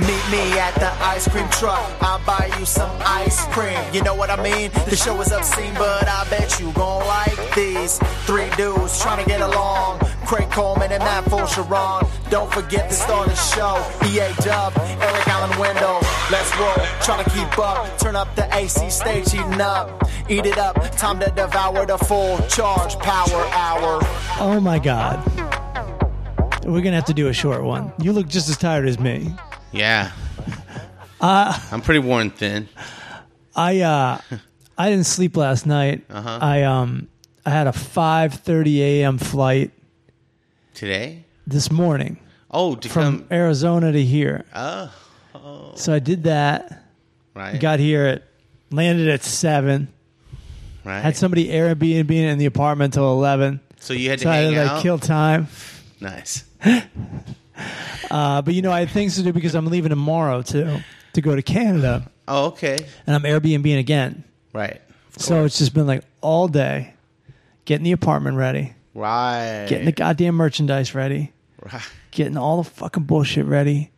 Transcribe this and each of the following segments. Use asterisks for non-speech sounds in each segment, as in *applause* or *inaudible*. Meet me at the ice cream truck. I'll buy you some ice cream. You know what I mean? The show is obscene, but I bet you gon' like these three dudes trying to get along. Craig Coleman and Matt Sharon. Don't forget to start the show. EA Dub, Eric Allen Window. Let's roll. Try to keep up. Turn up the AC stage, heating up. Eat it up. Time to devour the full charge power hour. Oh my God. We're going to have to do a short one. You look just as tired as me. Yeah. Uh, I'm pretty worn thin. I uh I didn't sleep last night. Uh-huh. I um I had a 5:30 a.m. flight Today? this morning Oh, to from come. Arizona to here. Oh, So I did that. right. Got here at landed at 7. right. Had somebody Airbnb in the apartment till 11. so you had to So I had hang to out. like kill time. nice. Uh, but you know, I had things to do because I'm leaving tomorrow too to go to Canada Oh, okay. and I'm Airbnbing again. Right. So it's just been like all day getting the apartment ready, Right. getting the goddamn merchandise ready. right. getting all the fucking bullshit ready,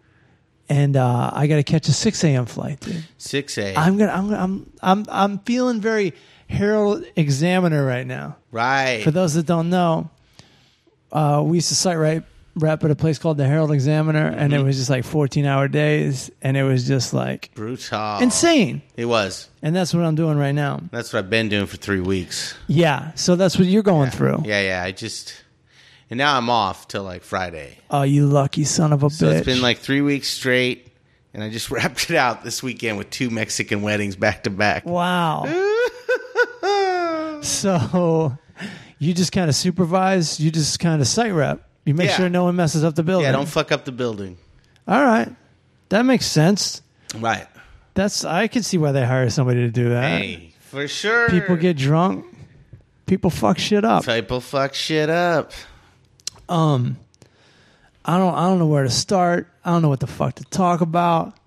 and uh, I got to catch a six a.m. flight. Dude. 6 a. I'm gonna, I'm, I'm, I'm, I'm feeling very Herald Examiner right now. right. For those that don't know, uh, we used to site right rep at a place called the Herald Examiner, and Mm-hmm. it was just like fourteen hour days, and it was just like Brutal. insane. It was. And that's what I'm doing right now. That's what I've been doing for three weeks. Yeah. So that's what you're going through. Yeah, yeah. I just. And now I'm off till like Friday. Oh, you lucky son of a So bitch. it's been like three weeks straight. And I just *laughs* wrapped it out this weekend with two Mexican weddings back to back. *laughs* Wow. so you just kind of supervise, you just kind of site rep. You make Yeah. sure no one messes up the building. Yeah, don't fuck up the building. All right. That makes sense. Right. That's I could see why they hire somebody to do that. Hey, for sure. People get drunk. People fuck shit up. people fuck shit up. I don't I don't know where to start. I don't know what the fuck to talk about. *laughs*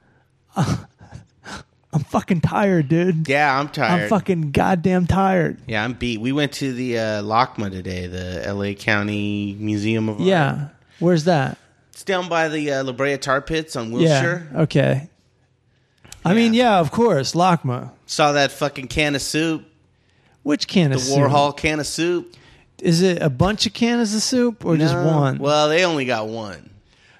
I'm fucking tired, dude. Yeah, I'm tired. I'm fucking goddamn tired. yeah, I'm beat. We went to the uh, LACMA today, the LA County Museum of Art. Yeah. Where's that? It's down by the uh, La Brea Tar Pits on Wilshire. Yeah. Okay. I mean, yeah, of course, LACMA. Saw that fucking can of soup, Which can the of soup? Warhol can of soup. Is it a bunch of cans of soup or just No. one? Well, they only got one.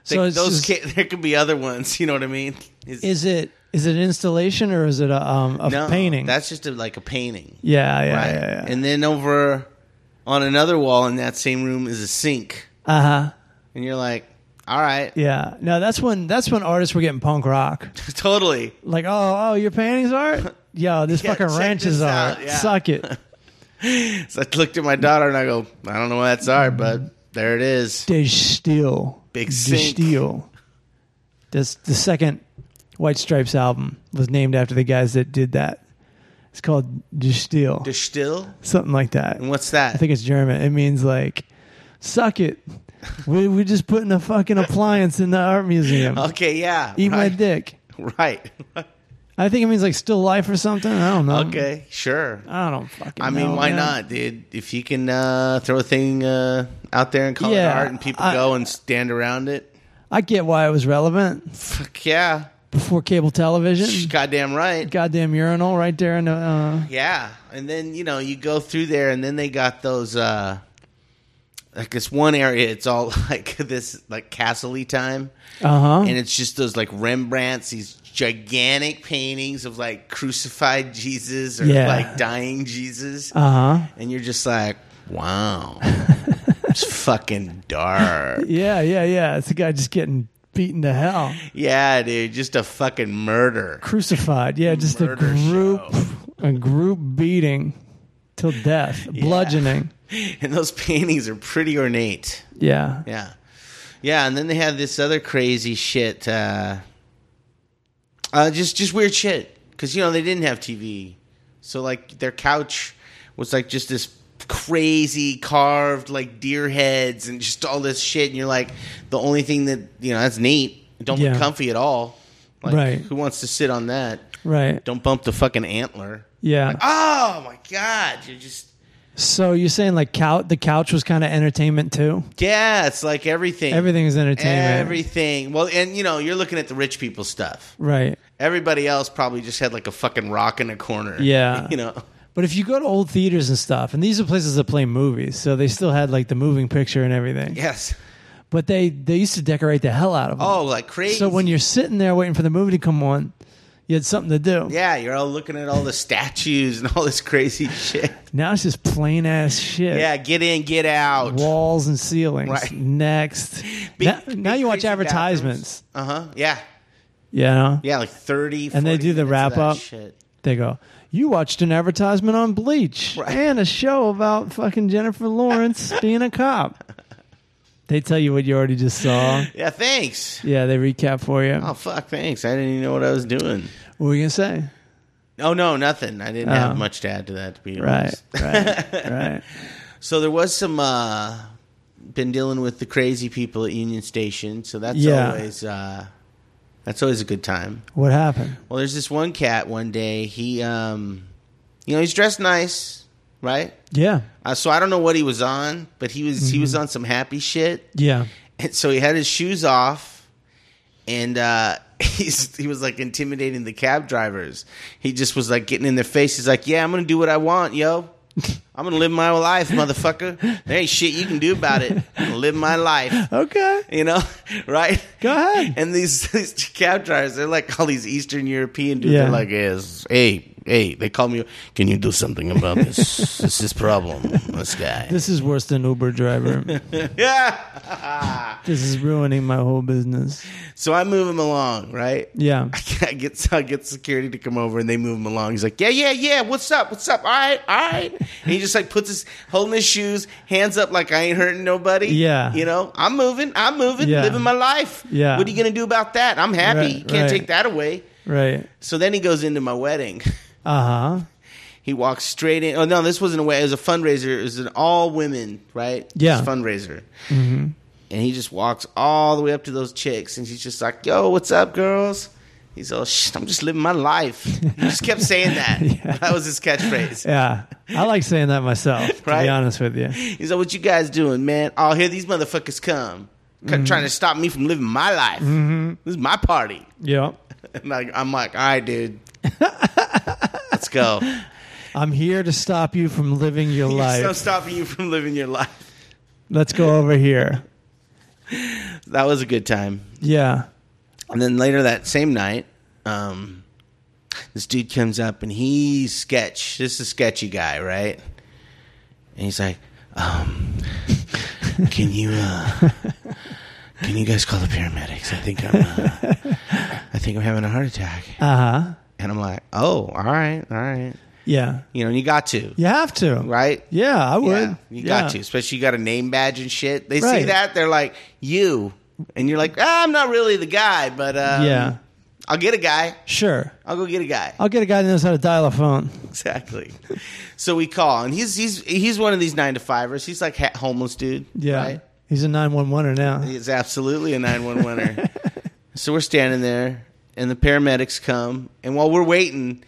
So They- it's those just- ca- *laughs* there could be other ones. You know what I mean? It's- is it is it an installation or is it a um a no, painting? That's just a, like a painting. yeah, yeah, right? yeah, yeah. And then over on another wall in that same room is a sink, Uh huh. and you're like, all right, *laughs* Yeah. No, that's when that's when artists were getting punk rock. totally. Like, oh, oh, your paintings *laughs* art? Yo, this Yeah, fucking check ranch this is art. out, yeah. Suck *laughs* it, So I looked at my daughter and I go, I don't know what that's art, but there it is. de steel. Big de sink. steel. This the second White Stripes album was named after the guys that did that. It's called de steel. The still? something like that. And I what's that? think it's German. It means like, suck *laughs* it. We we just putting a fucking appliance in the art museum. okay, yeah. Eat my right. dick. *laughs* Right. I think it means like still life or something. I don't know. okay, sure. I don't fucking. I mean, know, why man. not, dude? If you can uh, throw a thing uh, out there and call Yeah, it art and people I- go and stand around it, I get why it was relevant fuck yeah. before cable television. Goddamn right. Goddamn urinal right there in the. Uh, Yeah, and then you know you go through there, and then they got those uh like this one area. It's all *laughs* like this like castle time, Uh-huh. and it's just those like Rembrandts, these gigantic paintings of like crucified Jesus or Yeah. like dying Jesus, uh huh. and you're just like, *laughs* wow, it's fucking dark. Yeah, yeah, yeah. It's a guy just getting beaten to hell, Yeah, dude, just a fucking murder. crucified. Yeah, just a Murder group, show. a group beating till death, bludgeoning. And those paintings are pretty ornate. Yeah. Yeah. Yeah, and then they had this other crazy shit uh uh just just weird shit cuz you know they didn't have TV. So like their couch was like just this crazy carved like deer heads and just all this shit and you're like the only thing that you know that's neat don't Yeah. look comfy at all. Like Right. who wants to sit on that? Right. Don't bump the fucking antler. Yeah. Oh my god, you're just So you're saying like couch? The couch was kind of entertainment too. Yeah, it's like everything. Everything is entertainment. Everything. Well, and you know, you're looking at the rich people stuff. Right. Everybody else probably just had like a fucking rock in a corner. Yeah. *laughs* You know. But if you go to old theaters and stuff, and these are places that play movies, so they still had like the moving picture and everything. Yes. But they they used to decorate the hell out of them. Oh, like crazy. So when you're sitting there waiting for the movie to come on, you had something to do. yeah, you're all looking at all the statues and all this crazy *laughs* shit. Now it's just plain ass shit. Yeah, get in, get out. Walls and ceilings. Right. Next. *laughs* Big- now, big now you watch crazy advertisements. Uh huh. Yeah. You know? Yeah, like 30. And they 40 do the minutes of that wrap-up. Shit. They go, You watched an advertisement on Bleach Right. and a show about fucking Jennifer *laughs* Lawrence being a cop. They tell you what you already just saw. Yeah, thanks. Yeah, they recap for you. Oh, fuck, thanks. I didn't even know what I was doing. What were you going to say? Oh, no, nothing. I didn't Oh. have much to add to that, to be Right, honest. *laughs* right, right. So there was some, uh, been dealing with the crazy people at Union Station. So that's Yeah. always, uh, that's always a good time. What happened? Well, there's this one cat one day. He, um, you know, he's dressed nice, right? Yeah, Uh, so I don't know what he was on, but he was he was on some happy shit. yeah. And *laughs* so he had his shoes off, and uh, *laughs* he's he was like intimidating the cab drivers. He just was like getting in their faces, like, "Yeah, I'm gonna do what I want, yo. I'm gonna live my life, motherfucker. There ain't shit you can do about it. I'm gonna live my life." Okay, You know, *laughs* right? go ahead. And these, *laughs* these cab drivers, they're like all these Eastern European dudes. Yeah. They're like, yes, hey, hey, they call me. Can you do something about this? this is problem. This guy. *laughs* This is worse than Uber driver. yeah. this is ruining my whole business. so I move him along, right? Yeah, I get so I get security to come over and they move him along. He's like, yeah, yeah, yeah. What's up? What's up? All right, all right. And he just like puts his holding his shoes, hands up, like I ain't hurting nobody. Yeah. you know, I'm moving, I'm moving, Yeah. living my life. Yeah. what are you gonna do about that? I'm happy. Right, you can't right. take that away. right. So then he goes into my wedding. *laughs* Uh huh. He walks straight in. Oh no, this wasn't a way. It was a fundraiser. It was an all women right? Yeah. Mm-hmm. It was a fundraiser. And he just walks all the way up to those chicks, and she's just like, "Yo, what's up, girls?" He's all, "Shh, I'm just living my *laughs* life." He just kept saying that. Yeah. That was his catchphrase. Yeah, I like saying that myself. To Right? be honest with you. He's like, "What you guys doing, man? Oh, here these motherfuckers come, c- Mm-hmm. trying to stop me from living my life. This is my party." *laughs* Yeah, And I, I'm like, "All right, *laughs* dude, let's go." I'm here to stop you from living *laughs* your life. There's no stopping you from living your life. Let's go over here. That was a good time. Yeah. And then later that same night, um, this dude comes up and he's sketch. This is a sketchy guy, right? And he's like, um, *laughs* "Can you, uh, can you guys call the paramedics? I think I'm, uh, I think I'm having a heart attack." Uh huh. And I'm like, "Oh, all right, all right." Yeah. You know, and you got to, You have to. right? Yeah, I would. Yeah, you Yeah. got to, especially you got a name badge and shit. They see Right. that they're like you, and you're like, ah, I'm not really the guy, but um, Yeah. I'll get a guy. Sure. I'll go get a guy. I'll get a guy that knows how to dial a phone. Exactly. so we call, and he's he's he's one of these nine to fivers. He's like ha- homeless dude. Yeah. right? He's a 911er er now. he's absolutely a nine one oneer. So we're standing there, and the paramedics come, and while we're waiting,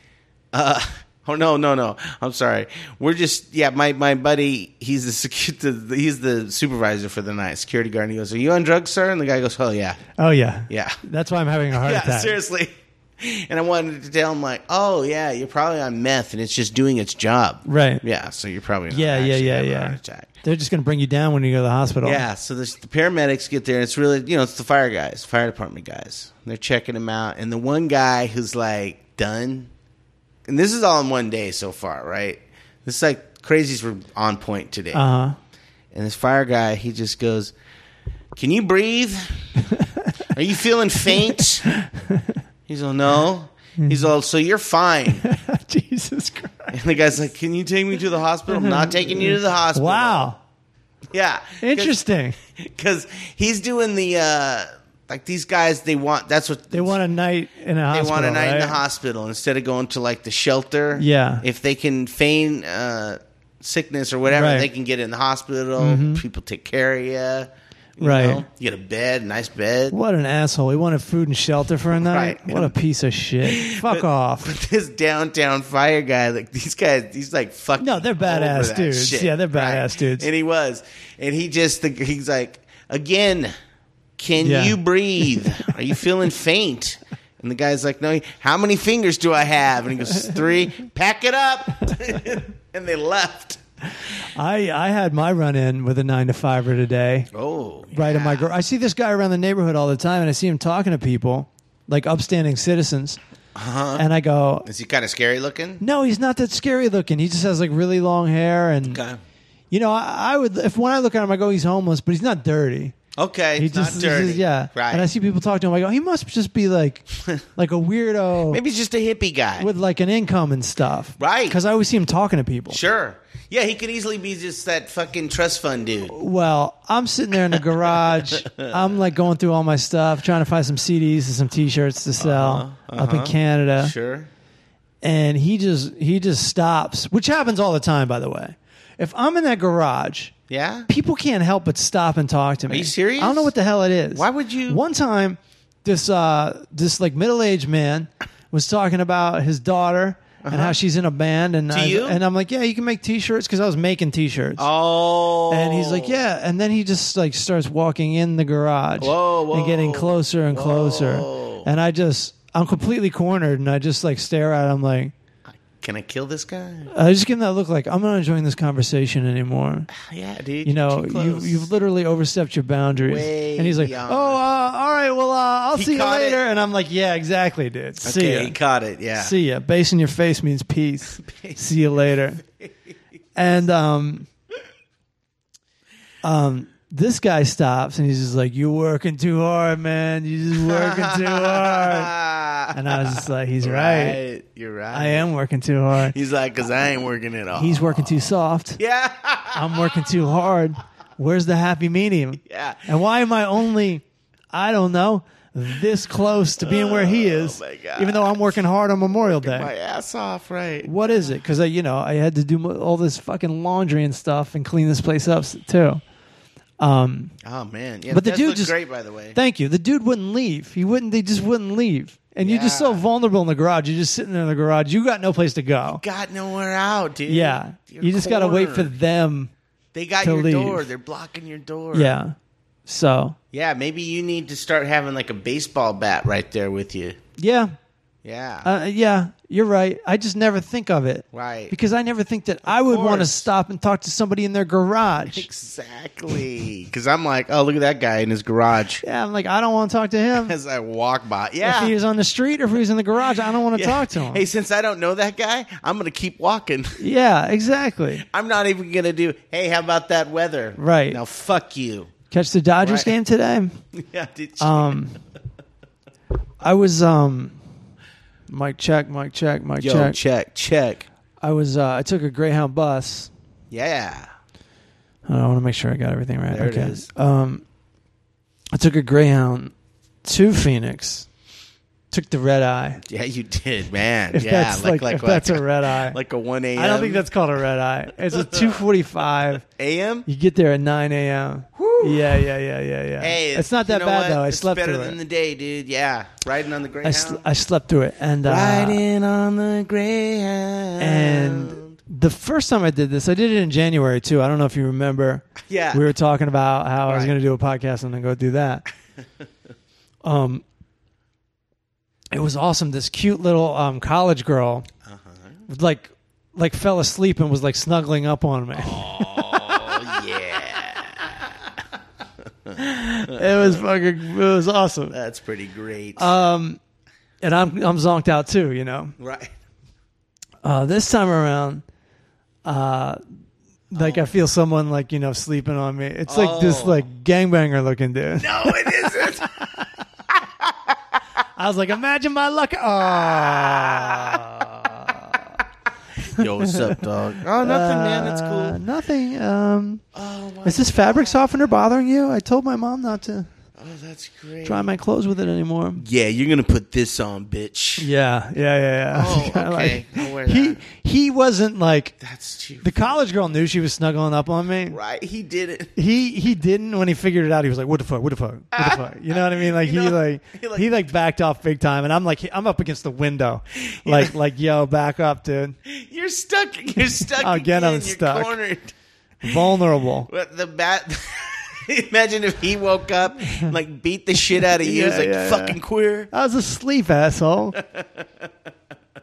uh, *laughs* oh no, no, no, I'm sorry. We're just yeah, my my buddy, he's the secu- he's the supervisor for the night, security guard. And he goes, "Are you on drugs, sir?" And the guy goes, "Oh yeah, Oh, yeah. yeah." That's why I'm having a heart *laughs* yeah, attack. seriously. And I wanted to tell him like, oh yeah, you're probably on meth and it's just doing its job. Right. Yeah, so you're probably not Yeah, yeah, actually yeah, having a yeah. Oh. heart attack. They're just going to bring you down when you go to the hospital. Yeah, so this, the paramedics get there, and it's really you know it's the fire guys, fire department guys. They're checking him out, and the one guy who's like done, and this is all in one day so far, right? This is like crazies were on point today, Uh huh. and this fire guy he just goes, "Can you breathe? Are you feeling faint?" He's all no. He's all so you're fine. *laughs* Jesus Christ. And the guy's like, "Can you take me to the hospital?" *laughs* I'm not taking you to the hospital. Wow. Yeah. 'Cause- Interesting. because he's doing the uh like these guys they want that's what They want a night in a they hospital. want a night in the right? hospital instead of going to like the shelter Yeah. if they can feign uh sickness or whatever Right. Mm-hmm. they can get in the hospital people take care of you You Right. know? You get a bed, nice bed. What an asshole. He wanted food and shelter for a night. Right. What a piece of shit. *laughs* Fuck off. This downtown fire guy, like these guys, he's like fucking. No, they're over badass that dudes. shit, Yeah, they're right? badass dudes. And he was, and he just, he's like, again, can Yeah. you breathe? Are you feeling faint? And the guy's like, no. How many fingers do I have? And he goes, three. Pack it up. *laughs* and they left. I, I had my run in with a nine to fiver today. Oh, Right in yeah. my girl. I see this guy around the neighborhood all the time and I see him talking to people, like upstanding citizens. Uh-huh. And I go, Is he kind of scary looking? No, he's not that scary looking. He just has like really long hair and Okay. you know, I, I would if when I look at him I go, he's homeless, but he's not dirty. Okay. He it's just is- not dirty. is- yeah. Right. And I see people talk to him. I go, he must just be *laughs* like, like a weirdo Maybe he's just a hippie guy. with like an income and stuff, Right. Because I always see him talking to people. Sure. Yeah, he could easily be just that fucking trust fund dude. Well, I'm sitting there in the *laughs* garage. I'm like going through all my stuff, trying to find some CDs and some T-shirts to sell up in Canada. Uh-huh, Sure. And he just he just stops, which happens all the time, by the way. If I'm in that garage Yeah. people can't help but stop and talk to me. you serious? I don't know what the hell it is. Why would you- One time, this uh, this like middle aged man was talking about his daughter and how she's in a band, and I, Uh-huh. you? and I'm like, yeah, you can make t-shirts because I was making t-shirts. Oh. And he's like, yeah. And then he just like starts walking in the garage Whoa, whoa, and getting closer and closer. whoa. And I just, I'm completely cornered and I just like stare at him like, Can I kill *sighs* this guy? I just give him that look like, I'm not enjoying this conversation anymore Yeah, dude. you you're know, too you, close. you've literally overstepped your boundaries. Way and he's like, beyond. oh, uh, all right, well, uh, I'll He see you caught it. later. And I'm like, yeah, exactly, dude. See Okay, ya. he caught it. Yeah. See ya. Base in your face means peace. see you later. And um, um, this guy stops and he's just like, you're working too hard, man. You're just *laughs* working too hard. *laughs* Ah, And I was just like, he's *laughs* right. right. You're right. I am working too hard. He's like, because I ain't working at all. He's working too soft. Yeah. I'm working too hard. Where's the happy medium? Yeah. And why am I only, I don't know, this close to being where he is? Oh my God. Even though I'm working hard on Memorial Day. My ass off, right? what is it? Because I, you know, I had to do mo- all this fucking laundry and stuff and clean this place up s- too. Oh man. Yeah, But the that dude looked just- great, by the way. Thank you. The dude wouldn't leave. He wouldn't. They just wouldn't leave. And you're just so Yeah. vulnerable in the garage. You're just sitting there in the garage. You got no place to go. got nowhere out, dude. Yeah. You're you just got to wait for cornered. them. They got to your leave. door. They're blocking your door. Yeah. So Yeah, maybe you need to start having like a baseball bat right there with you. yeah, Yeah. Uh, yeah, you're right. I just never think of it. Right. Because I never think that I would want to course. stop and talk to somebody in their garage. exactly. Because I'm like, oh, look at that guy in his garage *laughs* Yeah, I'm like, I don't want to talk to him. as I walk by. If Yeah. he was on the street or if he was in the garage, I don't want to Yeah. talk to him. Hey, since I don't know that guy, I'm going to keep walking. *laughs* Yeah, exactly. I'm not even going to do, hey, how about that weather? Right. Now, *laughs* fuck you. Catch the Dodgers Right. game today. yeah, did you? Um, I was um, Mike check, Mike check, Mike Yo, check. check, check. I was uh, I took a Greyhound bus. Yeah. Oh, I want to make sure I got everything right. There it okay. is. Um, I took a Greyhound to Phoenix. Took the red eye. Yeah, you did, man. *laughs* If yeah, that's like, if that's a red eye. *laughs* like a 1 a.m. I don't think that's called a red eye. It's *laughs* a two forty five. a.m. You get there at nine a.m. Yeah, yeah, yeah, yeah, yeah. Hey, it's not you that know bad what? though. I it's slept better through than it. the day, dude. Yeah, riding on the I, Greyhound. sl- I slept through it, and uh, riding on the Greyhound. and the first time I did this, I did it in January too. I don't know if you remember. Yeah. we were talking about how I was Right. going to do a podcast and then go do *laughs* that. um, it was awesome. This cute little um college girl, Uh-huh. like like fell asleep and was like snuggling up on me. *laughs* oh yeah, It was fucking. It was awesome. that's pretty great. Uh, and I'm I'm zonked out too, you know. right. *laughs* Uh, this time around, uh, like I feel someone like you know sleeping on me. It's like this Oh. like gangbanger looking dude. No, it isn't. I was like, imagine my luck. Oh, Yo, what's up, dog? Oh, nothing, man. That's Uh, *laughs* cool. nothing. Um, Oh, wow. is this fabric softener bothering you? I told my mom not to. Oh, that's great. dry my clothes with it anymore. Yeah, you're gonna put this on, bitch. Yeah, yeah, *laughs* yeah. yeah. Oh, Kinda okay. I'll wear he that. he wasn't like That's too the college girl knew she was snuggling up on me. right. He did it. He he didn't when he figured it out. He was like, "What the fuck? What the fuck? What the fuck?" You know what I mean? *laughs* Like he know, like he, like- he like backed off big time, and I'm like I'm up against the *laughs* window, like like yo, back up, dude. You're stuck. You're stuck Again, again. I'm you're stuck. cornered. Vulnerable. But the bat. *laughs* Imagine if he woke up, and, like beat the shit out of *laughs* you. It's Yeah, like yeah, yeah. fucking queer. I was asleep, *laughs* asshole.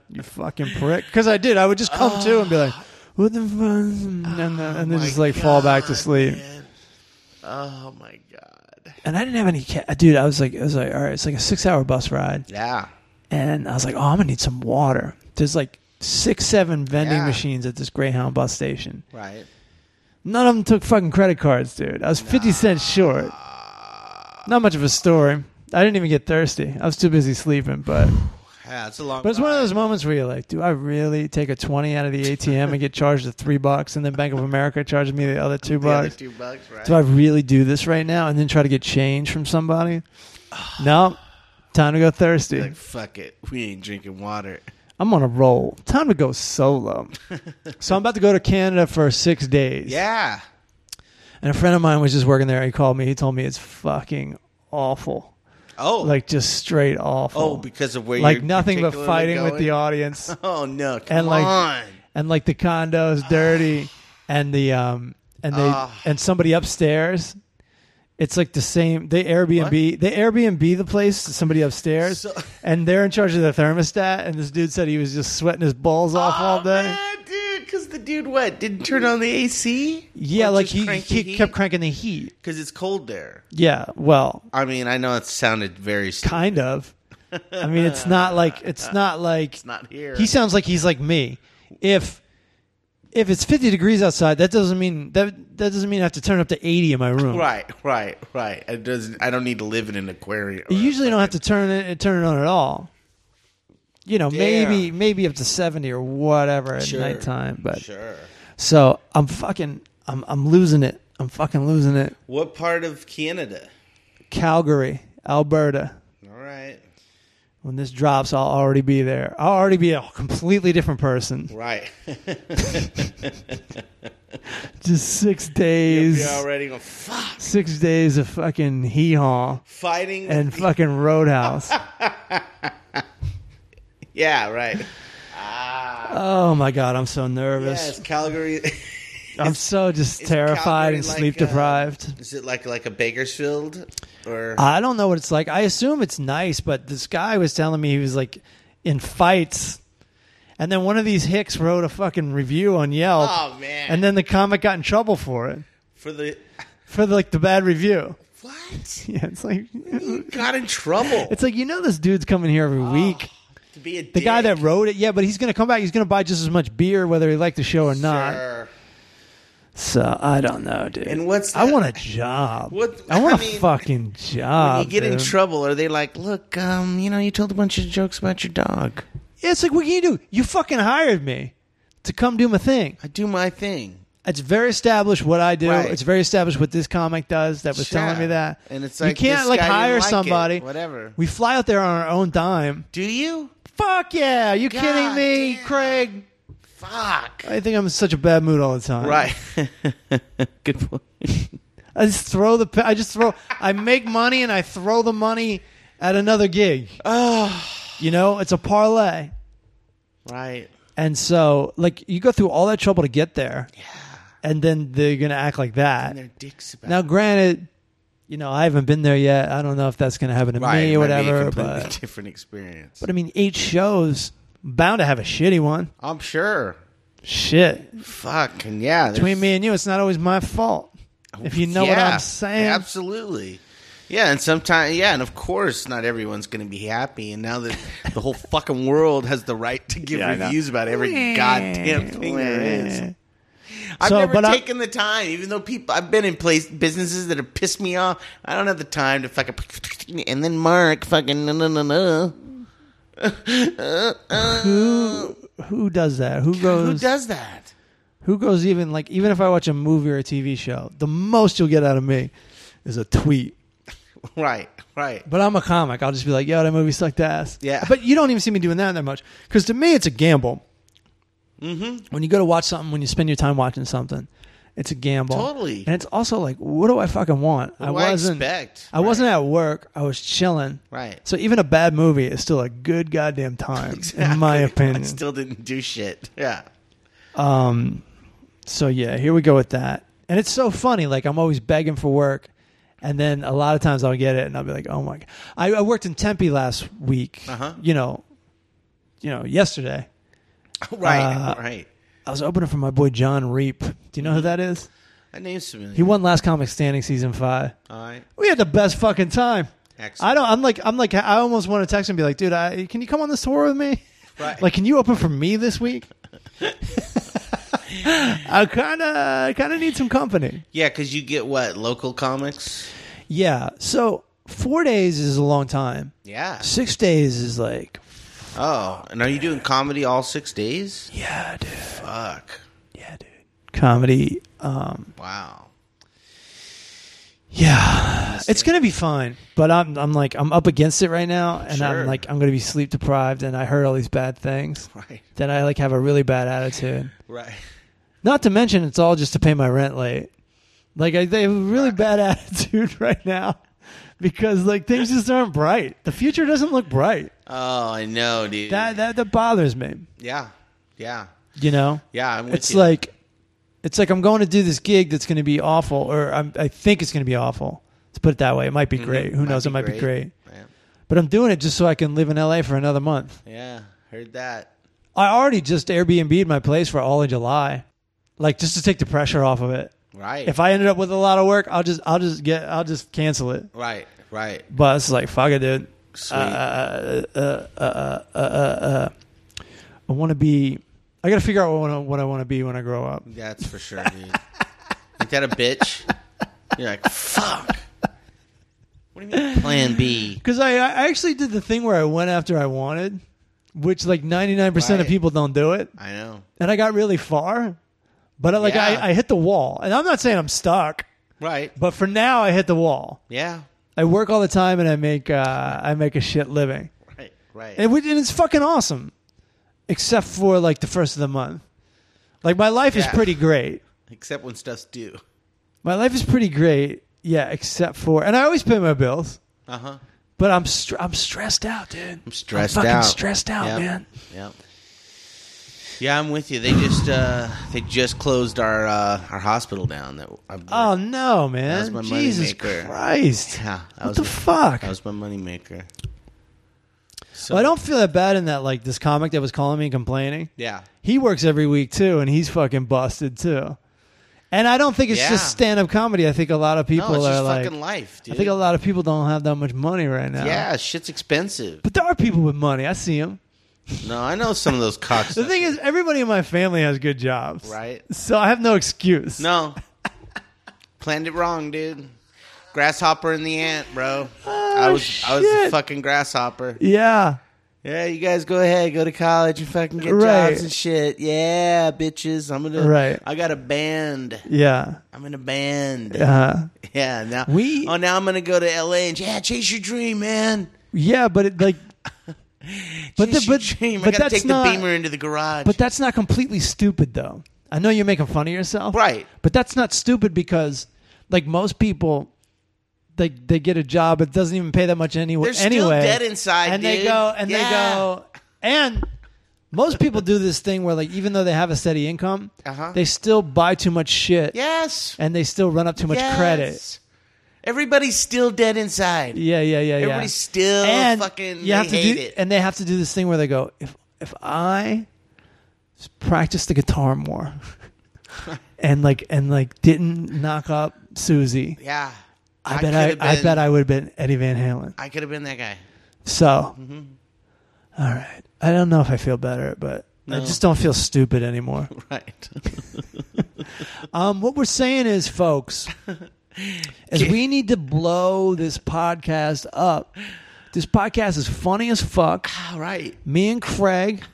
you fucking prick. Because I did. I would just come to and be like, "What the fuck?" And then, and then Oh My just like fall back to God, sleep. man. Oh my god. and I didn't have any ca- uh, dude. I was like, I was like, all right, it's like a six-hour bus ride, Yeah. and I was like, oh, I'm gonna need some water. There's like six, seven vending Yeah. machines at this Greyhound bus station. Right. None of them took fucking credit cards, dude. I was fifty cents short. Not much of a story. I didn't even get thirsty. I was too busy sleeping, but Yeah, that's a long. but it's one of those moments where you're like, do I really take a twenty out of the ATM and get charged the three bucks, and then Bank of America charges me the other two The other bucks? two bucks, right? do I really do this right now and then try to get change from *sighs* somebody? no. Time to go thirsty. Like, fuck it. We ain't drinking water. I'm on a roll. Time to go *laughs* solo. so I'm about to go to Canada for six days. Yeah. And a friend of mine was just working there. He called me. He told me it's fucking awful. Oh. Like just straight awful. Oh, because of where like you're nothing but particularly fighting with the going? *laughs* audience. Oh no! Come and like on. and like the condo's *sighs* dirty and the um and they Ah. and somebody upstairs it's like the same they airbnb they airbnb the place to somebody upstairs So- *laughs* and they're in charge of the thermostat and this dude said he was just sweating his balls off all Oh, day man, dude. Because the dude what didn't turn on the AC? yeah Or like just he, crank he the kept cranking the heat because it's cold there. yeah well I mean, I know it sounded very. St- kind of i mean it's not like it's not like it's not here. He sounds like he's like me. If if it's 50 degrees outside, that doesn't mean that that doesn't mean I have to turn up to 80 in my room. right, right, right. It doesn't. I don't need to live in an aquarium. You usually don't have to turn it turn it on at all. You know, maybe Yeah. maybe up to 70 or whatever at Sure. nighttime, but Sure. so I'm fucking I'm I'm losing it. I'm fucking losing it. What part of Canada? Calgary, Alberta. All right. When this drops, I'll already be there. I'll already be a completely different person. Right. *laughs* Just six days, You're already going, fuck, six days of fucking hee haw. fighting. *laughs* and fucking Roadhouse. yeah, right. oh my god, I'm so Yes, nervous. Calgary. *laughs* I'm so just is terrified Calgary and like, sleep uh, deprived. Is it like like a Bakersfield? Or I don't know what it's like. I assume it's nice, but this guy was telling me he was like in fights. And then one of these hicks wrote a fucking review on Yelp. Oh, man. And then the comic got in trouble for it. for the For like the bad review. *laughs* what? Yeah, it's like Got in trouble. it's like you know this dude's coming here Oh, every week. to be a The guy that wrote it, yeah, but he's gonna come back, he's gonna buy just as much beer whether he liked the show or not. Sure. So I don't know, dude. And what's I that- want a job. What- I want a I mean, fucking job. When you get in dude. trouble, are they like, look, um, you know, you told a bunch of jokes about your dog. Yeah, it's like what can you do? You fucking hired me to come do my thing. I do my thing. It's very established what I do. Right. It's very established what this comic does that was telling Yeah. me that. And it's like, you can't this like guy didn't hire like it. somebody. Whatever. We fly out there on our own dime. Do you? Fuck yeah! You God kidding me, damn. Craig? Fuck. I think I'm in such a bad mood all the time. Right. *laughs* Good point. I just throw the. I just throw. I make money and I throw the money at another *sighs* gig. You know, it's a parlay. Right. And so, like, you go through all that trouble to get there. Yeah. And then they're going to act like that. Their dicks about Now, granted, you know, I haven't been there yet. I don't know if that's going to happen to Right, me it or might be a whatever. completely But, different experience. but I mean, eight shows, bound to have a shitty one. I'm sure. Shit. Fuck and yeah. there's- Between me and you, it's not always my fault. If you know what Oh, Yeah, I'm saying. absolutely. Yeah, and sometimes, yeah, and of course, not everyone's going to be happy. And now that the whole fucking world has the right to give Yeah, I know. reviews about every goddamn thing there is, I've So, never but I- taken the time, even though people. I've been in place businesses that have pissed me off. I don't have the time to fucking. *laughs* And then Mark fucking no no no no. Who, who does that? Who goes? Who does that? *laughs* Who goes even like even if I watch a movie or a TV show, the most you'll get out of me is a tweet. Right, right. But I'm a comic. I'll just be like, yo, that movie sucked ass. Yeah. But you don't even see me doing that that much. Because to me, it's a gamble. Mm-hmm. When you go to watch something, when you spend your time watching something, it's a gamble. Totally. And it's also like, what do I fucking want? I do I wasn't. expect? I wasn't at work. I was chilling. Right. So even a bad movie is still a good goddamn time, *laughs* *laughs* in my I opinion. still didn't do shit. *laughs* Yeah. So yeah, here we go with that. And it's so funny. Like I'm always begging for work, and then a lot of times I'll get it, and I'll be like, "Oh my!" God. I, I worked in Tempe last week. Uh-huh. You know, you know, yesterday Right, Uh, right. I was opening for my boy John Reap. Do you know who Mm-hmm. that is? That name's familiar. He won Last Comic Standing season five. All right. We had the best fucking time. Excellent. I don't. I'm like. I'm like. I almost want to text him and be like, "Dude, I, can you come on this tour with me? Right. Like, can you open for me this week?" *laughs* *laughs* I kind of kind of need some company. Yeah, because you get what local comics. Yeah. So four days is a long time. Yeah. Six days is like, Oh, and are you doing comedy all six days? yeah, dude. Fuck. Yeah, dude. Comedy. Um, Wow. yeah, it's gonna be fine, but I'm I'm like I'm up against it right now, and Sure. I'm like I'm gonna be sleep deprived, and I heard all these bad things. *laughs* Right. Then I like have a really bad attitude. Right. Not to mention, it's all just to pay my rent late. Like I, they have a really bad *laughs* attitude right now because like things just aren't bright. The future doesn't look bright. Oh, I know, dude. That that that bothers me. yeah. Yeah. You know. Yeah. I'm with it's you. like it's like I'm going to do this gig that's going to be awful, or I'm, I think it's going to be awful. Let's put it that way. It might be Mm-hmm. great. Who knows? It might be great. Yeah. But I'm doing it just so I can live in LA for another month. yeah. Heard that. I already just Airbnb'd my place for all of July, like just to take the pressure off of it. Right. If I ended up with a lot of work, I'll just I'll just get I'll just cancel it. right. Right. But it's like fuck it, dude. Sweet. I want to be. I got to figure out what I wanna- what I want to be when I grow up. That's for sure, dude. Ain't that a bitch? You're like, fuck. What do you mean plan B? Because I, I actually did the thing where I went after I wanted, which like 99% Right. of people don't do it. I know. And I got really far, but I, like Yeah. I, I hit the wall. And I'm not saying I'm stuck, Right. but for now I hit the wall. Yeah. I work all the time and I make uh, I make a shit living. Right. Right. And, we, and it's fucking awesome, except for like the first of the month. Like my life is Yeah. pretty great. Except when stuff's due. My life is pretty great. Yeah, except for and I always pay my bills, Uh huh. but I'm str- I'm stressed out, dude. I'm stressed fucking out. stressed out, Yep. Oh, man. Yep. Yeah, I'm with you. They just uh they just closed our uh our hospital down. That I'm, Oh no, man! was my Jesus moneymaker. Christ! yeah, that what was the my- fuck? That was my moneymaker. So Well, I don't feel that bad in that. Like this comic that was calling me and complaining. Yeah. He works every week too, and he's fucking busted too. And I don't think it's Yeah. just stand-up comedy. I think a lot of people No, it's are just like. fucking life, I dude. think a lot of people don't have that much money right now. yeah, shit's expensive. But there are people with money. I see them. No, I know some *laughs* of those cocks. The thing is, everybody in my family has good jobs, Right. So I have no excuse. No. Planned it wrong, dude. Grasshopper and the ant, bro. I Oh, was I was the shit. fucking grasshopper. Yeah. Yeah, you guys go ahead, go to college and fucking get Right. jobs and shit. Yeah, bitches. I'm gonna Right. I got a band. Yeah. I'm in a band. *laughs* Yeah, Uh, now We- Oh now I'm gonna go to LA and yeah, chase your dream, man. yeah, but it, *laughs* like But Chase the- your but- dream. I but gotta that's take not- the beamer into the garage. But that's not completely stupid, though. I know you're making fun of yourself, Right. But that's not stupid because, like most people, they they get a job. It doesn't even pay that much anyway. They're still anyway, dead inside, and they dude. go and Yeah. they go and. Most people do this thing where, like, even though they have a steady income, Uh-huh. they still buy too much shit, yes. and they still run up too much yes. credit. Everybody's still dead inside. Yeah, yeah, yeah, yeah. Everybody's still and fucking you have they to hate do, it. and they have to do this thing where they go, if if I s- practiced the guitar *laughs* more, and like and like didn't knock up Susie, yeah. I, bet I could've I been- bet I would have been Eddie Van Halen. I could have been that guy. *laughs* So, Mm-hmm. all right, I don't know if I feel better, but I just don't feel stupid *laughs* anymore. Right. Um, what we're saying is, *laughs* folks, is we need to blow this podcast up. This podcast is funny as fuck. All right. me and Craig,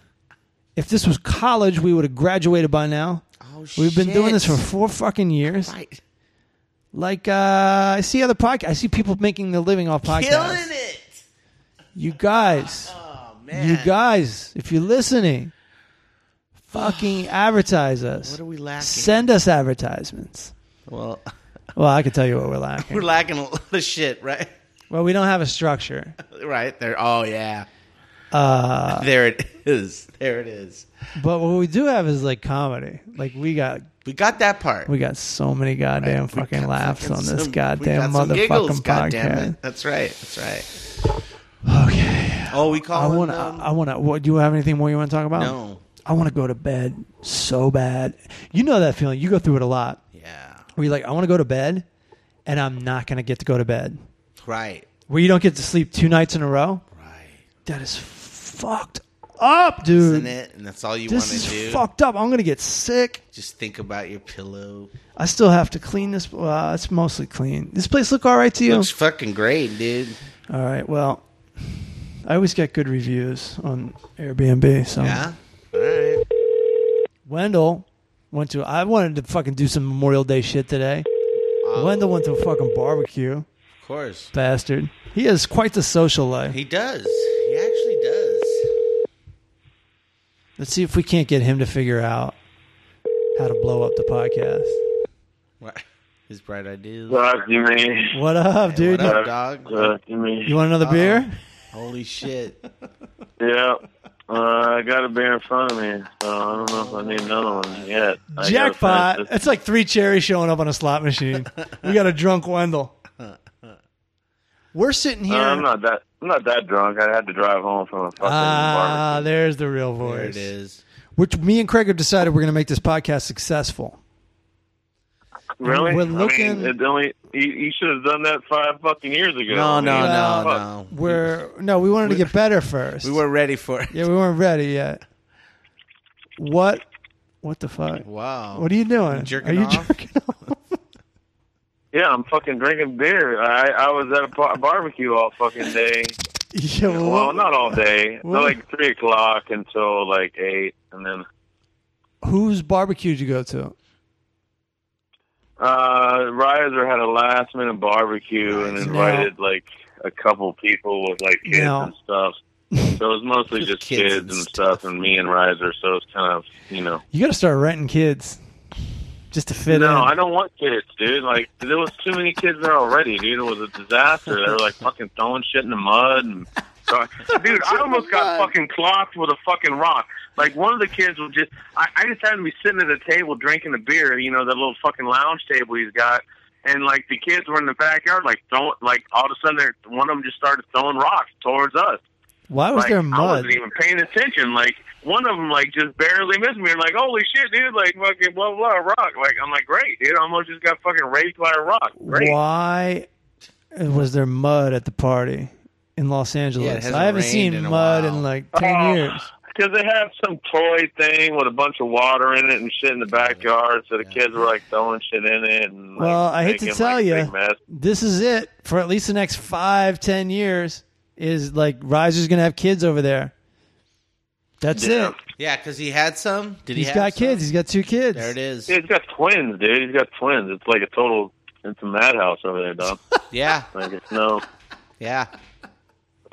if this was college, we would have graduated by now. Oh, We've been doing this for shit. four fucking years. Right. Like uh, I see other podcast, I see people making their living off podcasts. Killing it. You guys, Oh man. you guys, if you're *sighs* listening, fucking advertise us. What are we lacking? Send us advertisements. well, Well, I can tell you what we're lacking. we're lacking a lot of shit, right? *laughs* well, we don't have a structure. Right there. Oh yeah. Uh, *laughs* there it is. There it is. but what we do have is like comedy. Like we got We got that part. we got so many goddamn We got fucking laughs fucking on this some- goddamn we got some motherfucking giggles, goddamn podcast. it. That's right. That's right. Okay. Oh, we I um, call. want to. I want to. What, do you have anything more you want to talk about? No. I want to go to bed so bad. You know that feeling. You go through it a lot. Yeah. Where you're like, I want to go to bed, and I'm not gonna get to go to bed. Right. Where you don't get to sleep two nights in a row. Right. That is fucked up, Isn't dude. it? And that's all you want This to is do. fucked up. I'm gonna get sick. Just think about your pillow. I still have to clean this. Well, it's mostly clean. This place look all right to you? Looks fucking great, dude. all right. Well, I always get good reviews on Airbnb. So Yeah. All right. Wendell went to. I wanted to fucking do some Memorial Day shit today. Uh, Wendell went to a fucking barbecue, Of course. bastard. He has quite the social life. He does. He actually does. Let's see if we can't get him to figure out how to blow up the podcast. What? His bright ideas. Talk to me. What up, dude? What up, Uh-huh. dog? Talk to me. You want another beer? Holy shit. yeah. Uh, I got a beer in front of me, so I don't know if I need another one yet. I gotta Jackpot! finish this. It's like three cherries showing up on a slot machine. We got a drunk Wendell. We're sitting Uh, here. I'm not that. I'm not that drunk. I had to drive home from a fucking Ah, barbecue. there's the real There it voice. is. Which me and Craig have decided we're going to make this podcast successful. Really? we're I mean, looking- it only. You, you should have done that five fucking years ago. No, I mean, no, no, Well, no. We're no, we wanted to get better first. *laughs* We were ready for it. yeah, we weren't ready yet. What? What the fuck? Wow. What are you doing? jerking are you off? jerking off? *laughs* Yeah, I'm fucking drinking beer. I I was at a bar- barbecue all fucking day. Yeah, well, Well, not all day. Till What? like three o'clock until like eight, and then Whose barbecue did you go to? Uh, Riser had a last minute barbecue and Nice. invited like a couple people with like kids Now- and stuff. So it was mostly Just just, kids kids, and and stuff, and me and Riser. So it's kind of you know. You got to start renting kids just to fit in. No, I don't want kids, dude. Like there was too many kids there already, dude. It was a disaster. They were like fucking throwing shit in the mud and. So, dude, I almost got fucking clocked with a fucking rock. Like one of the kids was just, I, I just happened to be sitting at a table drinking a beer, you know, that little fucking lounge table he's got, and like the kids were in the backyard, like throwing, like all of a sudden, they're- one of them just started throwing rocks towards us. Why was Like, there I mud? wasn't even paying attention. Like one of them, like just barely missed me. And like, holy shit, dude! Like fucking blah blah rock. Like I'm like, great, dude. I almost just got fucking raised by a rock. Great. Why was there mud at the party in Los Angeles? hasn't I haven't rained seen in a mud while. in like ten Oh. years. Because they have some toy thing with a bunch of water in it and shit in the backyard, so the kids were like throwing shit in it. And, like, Well, I hate to making, tell like, ya. big mess. this is it for at least the next five, ten years. Is like Riser's gonna have kids over there. That's Yeah. it. Yeah, because he had some. Did he He's have got some? kids. He's got two kids. There it is. He's got twins, dude. He's got twins. It's like a total. It's a madhouse over *laughs* there, dog. Yeah, like it's no. yeah.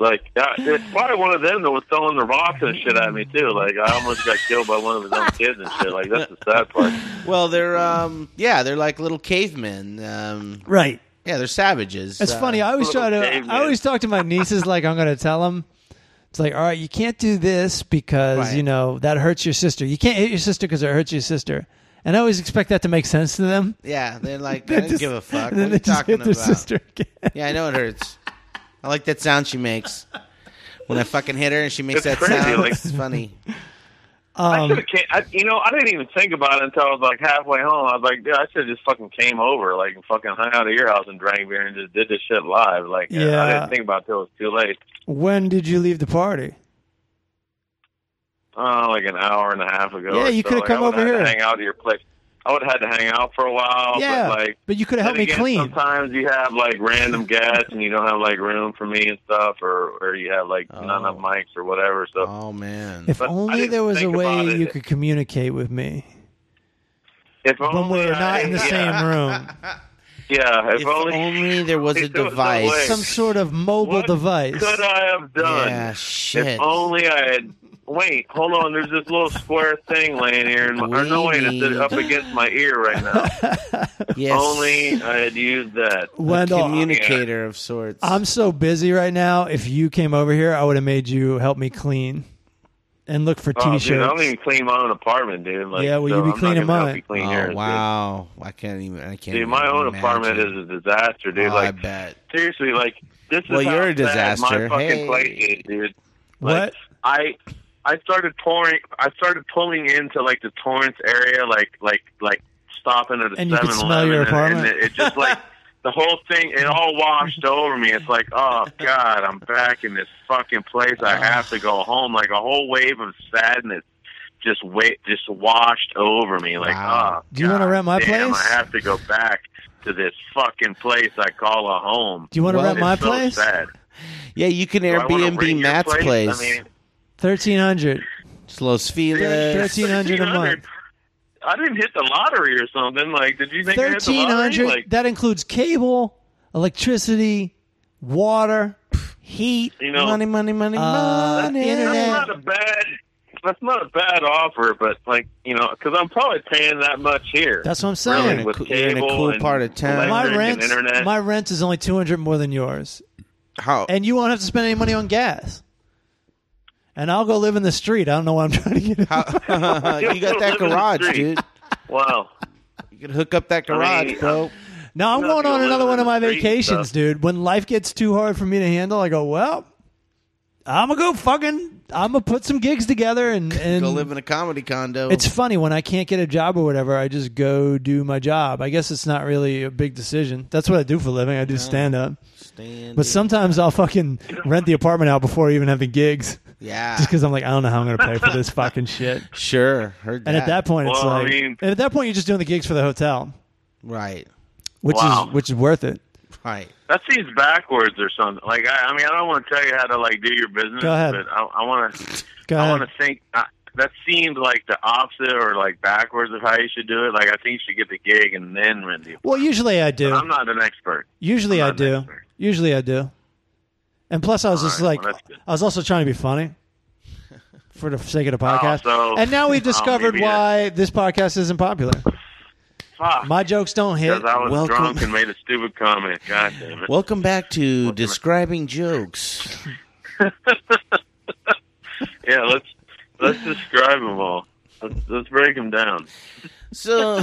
Like yeah, it's probably one of them that was throwing the rocks and shit at me too. Like I almost got killed by one of his own kids and shit. Like that's the sad part. Well, they're um, yeah, they're like little cavemen. Um, Right. yeah, they're savages. It's Uh, funny. I always try to. Little caveman. I always talk to my nieces like I'm gonna tell them. It's like, all right, you can't do this because Right. you know that hurts your sister. You can't hit your sister because it hurts your sister. And I always expect that to make sense to them. Yeah, *laughs* they're like I don't Just- give a and fuck. What then are you they just talking hit their about? sister again. Yeah, I know it hurts. I like that sound she makes when I fucking hit her, and she makes that It's crazy, sound. like- it's funny. I Um, should have came. I, you know, I didn't even think about it until I was like halfway home. I was like, dude, I should have just fucking came over, like and fucking hung out at your house and drank beer and just did this shit live. Like I Yeah. didn't think about it till it was too late. when did you leave the party? Oh, like an hour and a half ago. Yeah, or you so. could have Like, come I would over have here. To hang out at your place. I would have had to hang out for a Oh, while. yeah, but like. but you could have helped Then me again, clean. Sometimes you have like random guests and you don't have like room for me and stuff, or or you have like not enough Oh. mics or whatever. So Oh man. If But I only didn't there was a think about way it. you could communicate with me if when only we're I- not in the *laughs* yeah. same room. Yeah, if, If only, only there was a If there was no way. device. Some sort of mobile what device. could I have done? yeah, If shit. only I had. Wait, hold on. There's this little square thing laying here, and or no, wait, it's up against my ear right *laughs* now. yes. Only I had used that. a Wendell, communicator of sorts. I'm so busy right now. If you came over here, I would have made you help me clean and look for Oh, t-shirts. dude, I don't even clean my own apartment, dude. Like, Yeah, well, so you be I'm not cleaning gonna help mine. you clean oh, yours, dude. wow. I can't even. I can't. Dude, even my own imagine. apartment is a disaster, dude. Oh, I like, bet. seriously, like this is Well, how you're a bad disaster. My fucking Hey. place is, dude. What? Like, I I started pouring. I started pulling into like the Torrance area, like like like stopping at a And you could 7-Eleven, smell your and- apartment? and it, it *laughs* just like. The whole thing, it all washed over me. It's like, oh god, I'm back in this fucking place. I have to go home. Like a whole wave of sadness just wait, just washed over me. Like, Wow. oh, Do you wanna God rent my damn, place? I have to go back to this fucking place I call a home. Do you want to Well, rent It's my so place? Sad. Yeah, you can Do I wanna rent Airbnb your Matt's place. I mean, Thirteen *laughs* hundred. it's Los Feliz. Thirteen hundred a month. 1300. I didn't hit the lottery or something. Like, did you think I hit the Thirteen lottery? hundred. Like, that includes cable, electricity, water, heat. you know, money, money, money, Uh, money. internet. that's not a bad. That's not a bad offer, but like you know, because I'm probably paying that much here. That's what I'm Really, saying. with You're in a cable cool and part of town. electric my and rent, internet. my rent is only two hundred more than yours, How? and you won't have to spend any money on gas. And I'll go live in the street. I don't know why I'm *laughs* trying to get. how uh, you got *laughs* that Live in the garage, street. dude. wow. You can hook up that garage, mean, um, bro. No, I'm *laughs* going You're not on gonna another live one on of the my street, vacations, so- dude. When life gets too hard for me to handle, I go, well, I'm gonna go fucking. I'm gonna put some gigs together and and *laughs* Go live in a comedy condo. It's funny when I can't get a job or whatever, I just go do my job. I guess it's not really a big decision. That's what I do for a living. I do stand up. Stand But sometimes I'll fucking rent the apartment out before I even have the gigs *laughs* yeah, just cuz I'm like I don't know how I'm going to pay for this fucking shit. sure. Heard And at that point it's Well, I like mean- and at that point you're just doing the gigs for the hotel, right, which Wow. is which is worth it. right. That seems backwards or something. Like I, I mean, I don't want to tell you how to like do your business, Go ahead. but I, I want to. Go I ahead. want to think. I, that seemed like the opposite or like backwards of how you should do it. Like I think you should get the gig and then rent the. Well, usually I do. I'm not an expert. Usually I'm I not do. an expert. Usually I do. And plus, I was just right, like, well, that's good. I was also trying to be funny for the sake of the podcast. Oh, so- and now *laughs* we've oh, discovered maybe why this podcast isn't popular. Fuck. My jokes don't hit. Because I was welcome- drunk and made a stupid comment. God damn it. Welcome back to describing jokes. *laughs* Yeah, let's let's describe them all. Let's, let's break them down. So,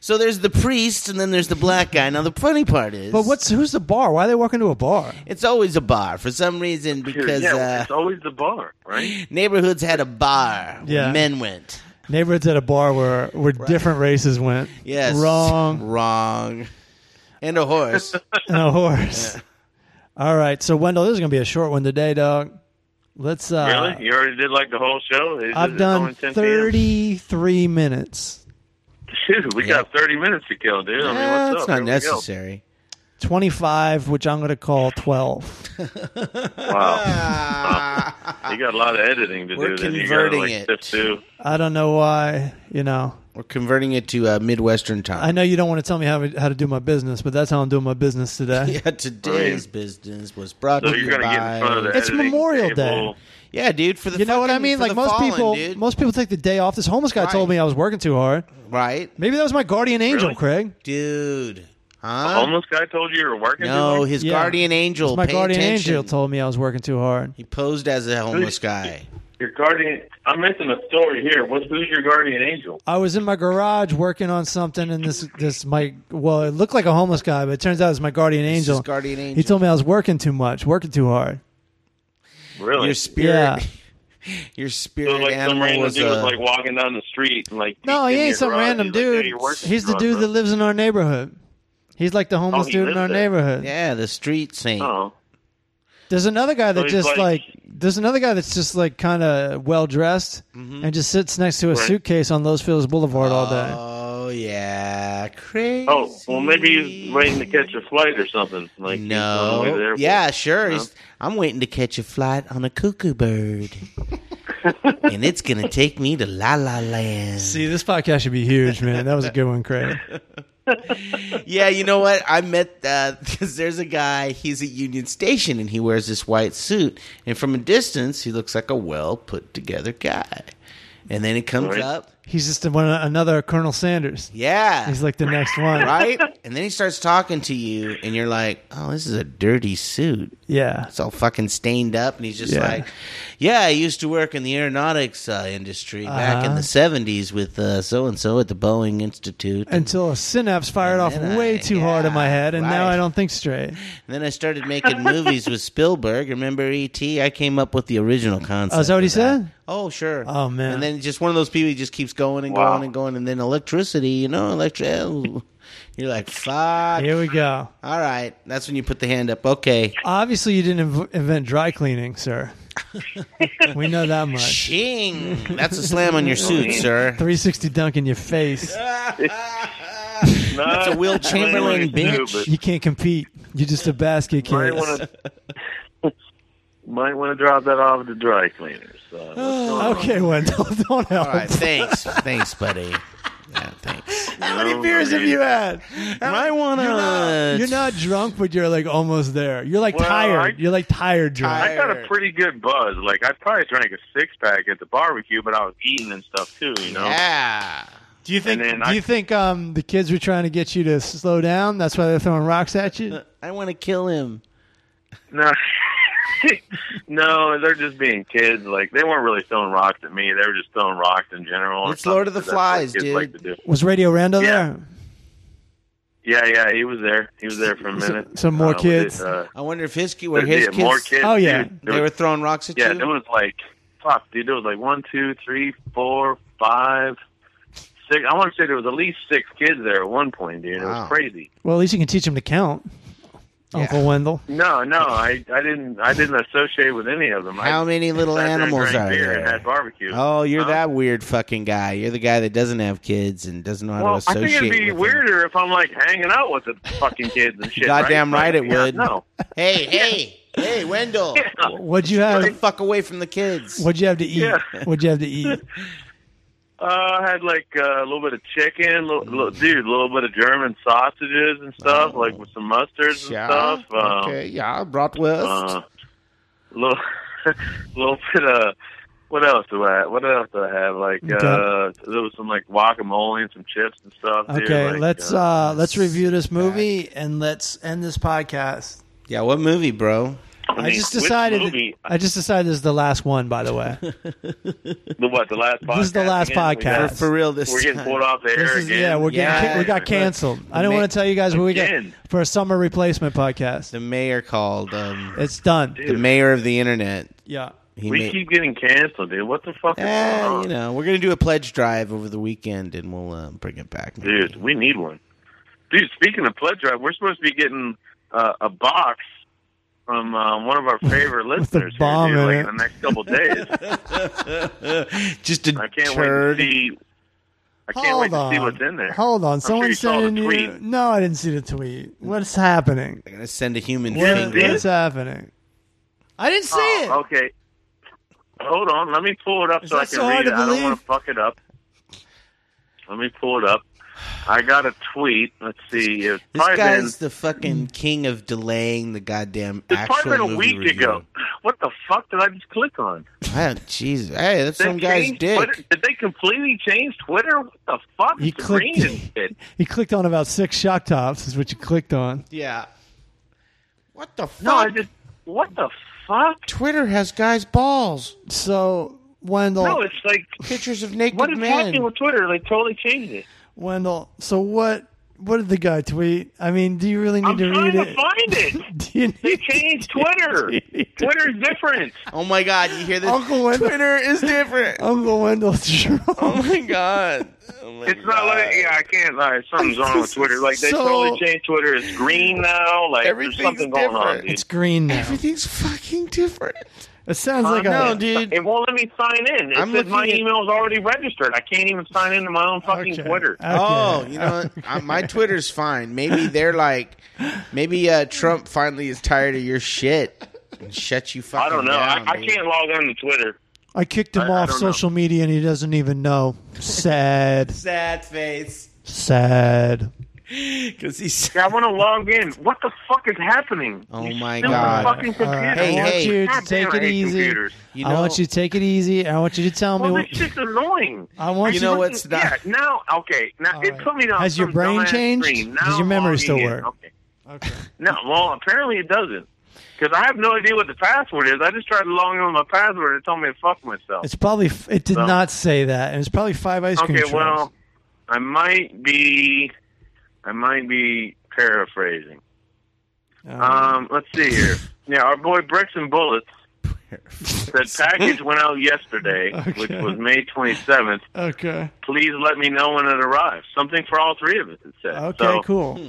so there's the priest, and then there's the black guy. Now the funny part is, But what's who's the bar? Why are they walking to a bar? It's always a bar for some reason because yeah, uh, it's always the bar, right? neighborhoods had a bar Yeah. where men went. Neighborhoods at a bar where where different races went. Yes, wrong wrong, and a *laughs* horse. and a horse. All right, so Wendell, this is gonna be a short one today, dog. Let's. uh really? You already did like the whole show. It's- I've it's done only 10 p.m.? thirty-three minutes. *laughs* Dude, we Yeah. got 30 minutes to kill, dude. I mean, Yeah, what's Eh, it's up? not Here we go. necessary. 25, which I'm going to call 12. *laughs* Wow. Ah, You got a lot of editing to We're do. Then you gotta, converting like, it. sift through. I don't know why, you know. we're converting it to uh, midwestern I time. know you don't want to tell me how, how to do my business, but that's how I'm doing my business today. *laughs* *laughs* Yeah, today's business was brought So to you you're gonna get in front of by. the It's editing Memorial table. Day. Yeah, dude. For the You know what I fucking- mean? for Like the most fallen, people, dude. most people take the day off. This homeless guy told Right. me I was working too hard. right, Maybe that was my guardian angel, Really? Craig. dude. A Huh? homeless guy told you you were working? No, too his Yeah. guardian angel. My Pay guardian attention. angel told me I was working too hard. he posed as a homeless guy. hard? your guardian. I'm missing a story here. What's who's your guardian angel? I was in my garage working on something, and this this my well, it looked like a homeless guy, but it turns out it's my guardian This is angel. guardian angel. He told me I was working too much, working too hard. Really? your spirit. Yeah. Your so spirit *laughs* like some animal random was, dude was uh, like walking down the street and like No, he in your ain't some garage, random he's like, "Hey, dude. you're working He's the tomorrow, dude bro." that lives in our neighborhood. He's like the homeless he dude in lives our there. neighborhood. yeah, the street saint. Oh, There's another guy that he's just like, like- there's another guy that's just like kind of well dressed and just sits next to a suitcase on Los Feliz Boulevard all day. Oh yeah, crazy. oh, well, maybe he's waiting to catch a flight or something. Like he's on the way No. there. Yeah, sure. No? He's, I'm waiting to catch a flight on a cuckoo *laughs* bird, and it's gonna take me to La La Land. See, this podcast should be huge, man. That was a good one, Craig. yeah, you know what? I met *laughs* because there's a guy. He's at Union Station and he wears this white suit, and from a distance, he looks like a well put together guy. And then he comes Right. up, He's just one another Colonel Sanders. yeah, He's like the next one. right. And then he starts talking to you, and you're like, "Oh, this is a dirty suit." Yeah. It's all fucking stained up, and he's just Yeah. like, "Yeah, I used to work in the aeronautics uh, industry back in Uh-huh. the '70s with so and so at the Boeing Institute." Until a synapse fired off then way I- too hard in my yeah, head, and now right. I don't think straight. And then I started making movies with Spielberg. Remember E.T.? I came up with the original concept. Oh, is that what he of said? Oh, sure. Oh, man. And then just one of those people who just keeps going and Wow. going and going. And then electricity, you know, electric. *laughs* You're like, fuck. Here we go. All right. That's when you put the hand up. Okay. Obviously, you didn't inv- invent dry cleaning, *laughs* sir. we know that much. Shing. That's a slam on your *laughs* suit, sir. 360 dunk in your face. That's *laughs* a Will Chamberlain bitch. You can't compete. You're just a basket Might case. want to *laughs* might want to drop that off at the dry cleaners. So *sighs* what's going on? *laughs* Okay, Wendell, *laughs* don't help. All right. Thanks. thanks, buddy. Yeah, thanks. How many beers have you had? I want to. You're not drunk, but you're like almost there. You're like Well, tired. I- you're like tired drunk. I got a pretty good buzz. Like I probably drank a six pack at the barbecue, but I was eating and stuff too. You know. Yeah. do you think? and then Do I- you think um, the kids were trying to get you to slow down? That's why they're throwing rocks at you. I want to kill him. No. *laughs* no, they're just being kids. Like they weren't really throwing rocks at me. They were just throwing rocks in general. or It's Lord of the something, 'cause Flies, that's what kids dude. Like to do. Was Radio Rando Yeah. there? Yeah, yeah, he was there. He was there for a minute. some more with kids? his, uh, I wonder if his, were yeah, his kids. more kids. Oh, yeah. dude. There They were was- throwing rocks at yeah, you? there was like fuck, dude. There was like one, two, three, four, five, six. I want to say there was at least six kids there at one point, dude. It Wow. was crazy. Well, at least you can teach them to count, Uncle Wendell. No, no, I, I didn't, I didn't associate with any of them. How I many little sat there and animals drank are beer And there? had barbecue. Oh, you're Huh? that weird fucking guy. You're the guy that doesn't have kids and doesn't know how Well, to I associate. think it'd be with them. weirder if I'm like hanging out with the fucking kids and *laughs* shit. Goddamn right it Yeah, would. No. *laughs* Hey, hey, hey, Wendell, get What'd you the have? fuck away from the kids. What'd you have to eat? Yeah. What'd you have *laughs* to eat? Uh, I had like uh, a little bit of chicken, little, little, Mm. dude, a little bit of German sausages and stuff, Oh. like with some mustards and stuff. Um, okay, yeah, bratwurst. Uh, little, *laughs* little bit of what else do I? What else do I have? Like uh, Okay. there was some like guacamole and some chips and stuff. dude, Okay, like, let's uh, let's review this movie and let's end this podcast. yeah, what movie, bro? I, I mean, just which decided. movie- I just decided this is the last one. By the *laughs* way, the what? The last podcast. This is the last again? We got- podcast. For, for real, this We're getting time. pulled off the This air is- again. yeah, we're getting Yeah. kick- we got canceled. I didn't want to tell you guys what we got Again. for a summer replacement podcast. The mayor called. Um, It's done. the mayor of the internet. Yeah, He we made, keep getting canceled, dude. What the fuck is going Eh, on? you know, we're gonna do a pledge drive over the weekend, and we'll uh, bring it back. maybe. Dude, we need one. Dude, speaking of pledge drive, we're supposed to be getting uh, a box from uh, one of our favorite *laughs* With a listeners here, bomb dude, in like it. in the next couple *laughs* days. *laughs* just a I can't turd. wait to see. I can't Hold wait to on. see what's in there. Hold on, I'm sure you someone's saw the sending you. tweet. No, I didn't see the tweet. What's happening? They're gonna send a human What, finger. what's happening? I didn't see it. Oh, okay. Hold on, let me pull it up Is so I that can so hard read it. to I don't believe? want to fuck it up. Let me pull it up. I got a tweet. Let's see. It's This probably been, guy's the fucking king of delaying the goddamn it's actual probably been a movie week review. ago. What the fuck did I just click on? Wow, jeez. Hey, that's some They guy's changed dick. Twitter? Did they completely change Twitter? What the fuck? You It's green clicked- and *laughs* *laughs* shit. You clicked on about six shock tops. Is what you clicked on. Yeah. What the fuck? No, I just. What the fuck? Twitter has guys' balls. So Wendell, No, it's like. Pictures of naked What is happening men. with Twitter? They totally changed it. Wendell. So what? What did the guy tweet? I mean, do you really need I'm to trying read to it? find it. *laughs* *laughs* Do you They need- changed Twitter. *laughs* Twitter's different. Oh my god, you hear this? Uncle Wendell- Twitter is different. Uncle Wendell's *laughs* Oh my god. Oh my It's not like yeah, I can't lie. Something's wrong *laughs* with Twitter. Like they So- totally changed Twitter. It's green now. Like there's Everything's something going on, different. dude. It's green now. Everything's fucking different. It sounds like "Oh, a No, dude. It won't let me sign in. It I'm says my looking at- email's already registered. I can't even sign into my own fucking Okay. Uh, Twitter. Okay. Oh, you know, what? I, my Twitter's fine. Maybe they're like, maybe uh, Trump finally is tired of your shit and shut you fucking I don't know. down, I, I dude. can't log on to Twitter. *laughs* I kicked him I- I off don't know. social media and he doesn't even know. Sad. Sad face. Sad. Because he's Yeah, I want to log in. What the fuck is happening? *laughs* Oh, You my stupid God. Fucking All right, computer. Hey, I want hey. you to God damn, take I it hate easy. computers. you I know- want you to take it easy. and I want you to tell Well, me. this shit's annoying. I want You you. know Fucking- what's not- Yeah, now okay. Now All it right. put me on. Has your some brain dumbass changed? Screen. Does Now your memory I'm still logging in. work? Okay. Okay. No, well, apparently it doesn't. Because I have no idea what the password is. I just tried to log in with my password and it told me to fuck myself. It's probably. It did Well. not say that, and it's probably five ice cream. okay, trucks. well, I might be, I might be paraphrasing. Um, let's see here. Yeah, our boy Bricks and Bullets said package went *laughs* out yesterday, which Okay. was May 27th. okay. Please let me know when it arrives. Something for all three of us. It said. Okay. uh, So, cool.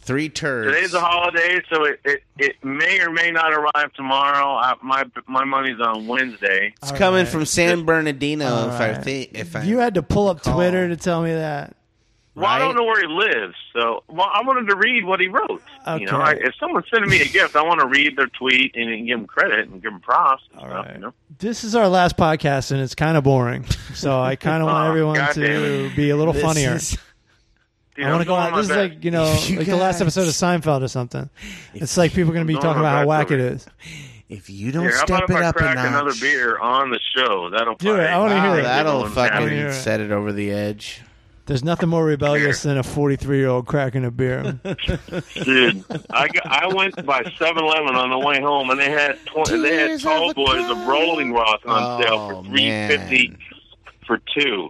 three turds. Today's a holiday, so it, it, it may or may not arrive tomorrow. I, my my money's on Wednesday. It's All coming right. from San Bernardino. All if I right. think, if I You had to pull up Call. Twitter to tell me that. Well, I Right. don't know where he lives, so well, I wanted to read what he wrote. You know, I, Okay. if someone's sending me a gift, I want to read their tweet and, and give them credit and give them props. And All stuff, right. you know? This is our last podcast, and it's kind of boring. So I kind of want Oh, everyone God damn to be a little This funnier. is- Dude, I want I'm to go doing on. my This is best. like you know, You like the last guys- episode of Seinfeld or something. It's like people are going to be I'm talking doing my about how whack best it over is. if you don't Here, how step about if it I up a crack notch, Oh, another beer on the show? That'll Do it. probably- I wanna Wow, hear that. that'll everyone's fucking happy. hear it. set it over the edge. There's nothing more rebellious than a 43 year old cracking a beer. *laughs* Dude, I, got, I went by 7-Eleven on the way home, and they had tw- they had Tears Tall of a Boys of Rolling Rock on Oh, sale for three fifty man. for two.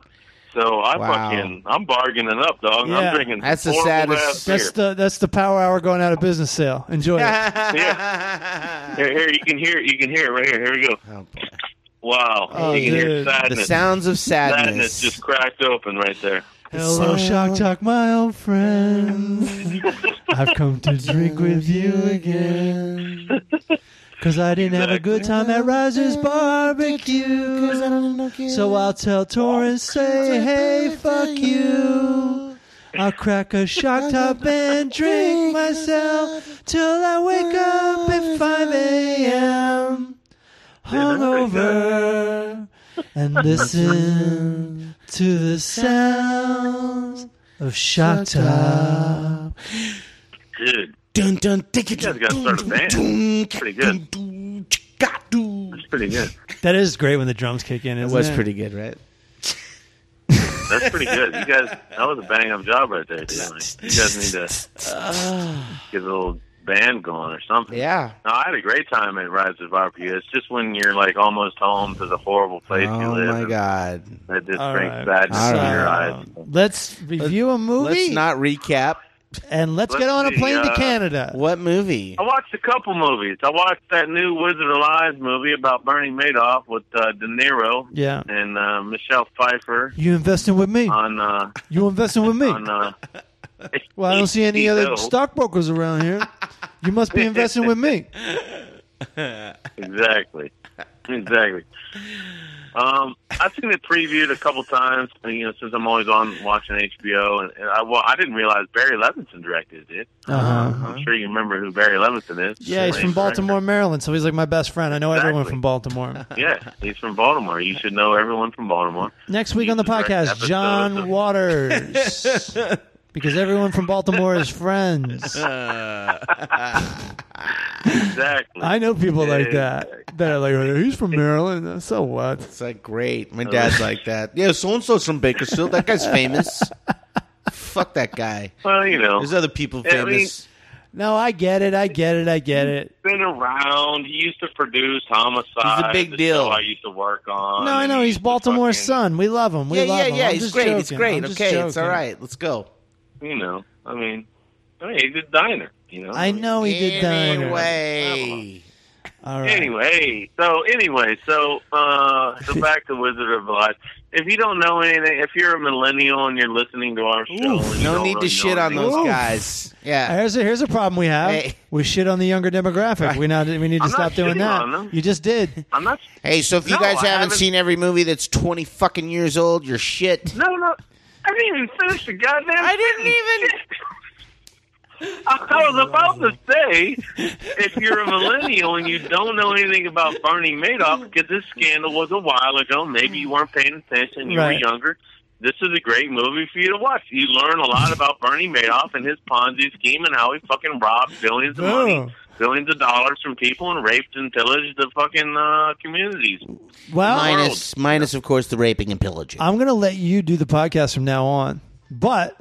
So I Wow. fucking I'm bargaining up, dog. Yeah. I'm drinking. That's the four whole saddest- ass beer. That's the that's the power hour going out of business sale. Enjoy it. Here, here, you can hear it. You can hear it right here. Here we go. Oh, boy. Wow. Oh, you can hear dude. the sadness. sounds of sadness. sadness. just cracked open right there. Hello, Shock Talk, my old friends. I've come to drink with you again. Cause I didn't have a good time at Riser's Barbecue. So I'll tell Torrance, say, hey, fuck you. I'll crack a shock top and drink myself till I wake up at 5 a.m. hungover and listen to the sounds of shock top. Dude, Dun dun. You guys gotta start a band. pretty good. It That's pretty good. That is great when the drums kick in. It was pretty good, right? That's pretty good. You guys, that was a bang up job right there, dude. Like, you guys need to get a little band going or something. Yeah. No, I had a great time at Rise of Barbecue. It's just when you're like almost home to the horrible place you Oh live. my and god. That just All right. Um, brings sadness All to right. your eyes. Let's review a movie Let's not recap. and let's, let's get on a see, plane to uh, Canada. What movie? I watched a couple movies. I watched that new Wizard of Lies movie about Bernie Madoff with uh, De Niro Yeah. and uh, Michelle Pfeiffer You investing with me? on uh, You investing with me? on. Uh, Well, I don't see any HBO. other stockbrokers around here. You must be investing with *laughs* me. Exactly, exactly. Um, I've seen it previewed a couple times. and, You know, since I'm always on watching HBO, and, and I well, I didn't realize Barry Levinson directed it. Uh-huh. I'm sure you remember who Barry Levinson is. Yeah, he's Lane from Baltimore, Maryland, so he's like my best friend. I know everyone Exactly. from *laughs* Baltimore. Bryant. Yeah, he's from Baltimore. You should know everyone from Baltimore. Next week on the He's the podcast, episode John of- *laughs* Waters. Because everyone from Baltimore is friends. Exactly. I know people like that. That are like, "Oh, he's from Maryland. So what? It's like great. Uh, My dad's like *laughs* that. Yeah, so and so's from Bakersfield. That guy's famous. Fuck that guy. Well, you know, There's other people Yeah, I mean- famous. No, I get it. I get it. I get it. been around. He used to produce Homicide. He's a big the deal. show I used to work on. No, I And know he he's used to Baltimore's fucking- son. We love him. We yeah, love yeah, him. yeah. I'm It's just great. Joking. It's great. I'm just Okay, it's joking. all right. Let's go. You know, I mean, I mean, he's a diner. You know, I know he did that. Anyway. All right. Anyway, so anyway, so *laughs* uh, so back to Wizard of Oz. If you don't know anything, if you're a millennial and you're listening to our show, and you No don't need really to shit know on anything- those Oof. guys. Yeah. Here's a, here's a problem we have. Hey. We shit on the younger demographic. We now we need to I'm stop not doing shitting that. on them. You just did. I'm not. Hey, so if you No, guys I haven't, haven't- seen every movie that's twenty fucking years old, you're shit. No, no. I didn't even finish the goddamn. I even. I was about to say, if you're a millennial and you don't know anything about Bernie Madoff, because this scandal was a while ago, maybe you weren't paying attention, you Right. were younger. this is a great movie for you to watch. You learn a lot about Bernie Madoff and his Ponzi scheme and how he fucking robbed billions of Oh. money, billions of dollars from people and raped and pillaged the fucking uh, communities. Well, Minus, minus, of course, the raping and pillaging. I'm going to let you do the podcast from now on, but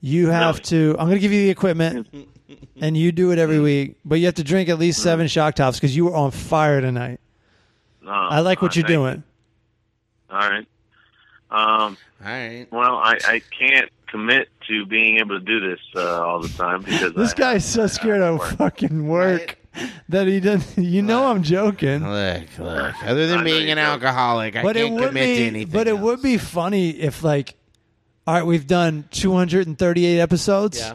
you have to. I'm going to give you the equipment, and you do it Hmm. every week. But you have to drink at least seven shock tops because you were on fire tonight. No, I like what uh, you're doing. thank- All right. All Um, right. well, I, I can't commit to being able to do this uh, all the time because This I- guy's so scared of fucking work that he doesn't. You know I'm joking, Look, look. Other I than know being you an don't. alcoholic, I but it can't would commit to be. anything. But it would be funny if like, all right, we've done 238 episodes. Yeah.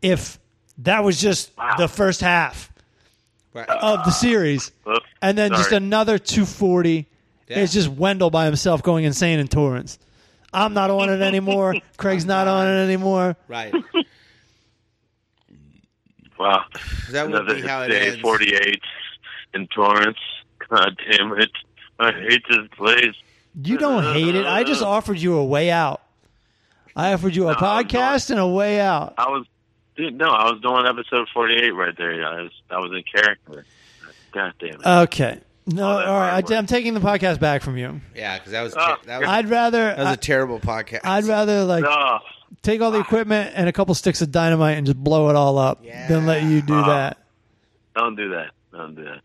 If that was just the first half else. of the series. Oops, and then just sorry. another 240 Yeah. It's just Wendell by himself going insane in Torrance. I'm not on it *laughs* anymore. Craig's not on it anymore. Right. wow. That would be how it day ends. 48 in Torrance. God damn it. I hate this place. You don't hate it. I just offered you a way out. I offered you a No, I'm podcast and a way out. I was, dude, no, I was doing episode 48 right there. I was, I was in character. God damn it. Uh, Okay. No, Oh, all that right. hard I, work. am taking the podcast back from you. Yeah, because that was Oh, that was, I'd rather. that was a I, terrible podcast. I'd rather like oh, take all the equipment and a couple sticks of dynamite and just blow it all up than let you do Yeah. that. don't do that. Don't do that.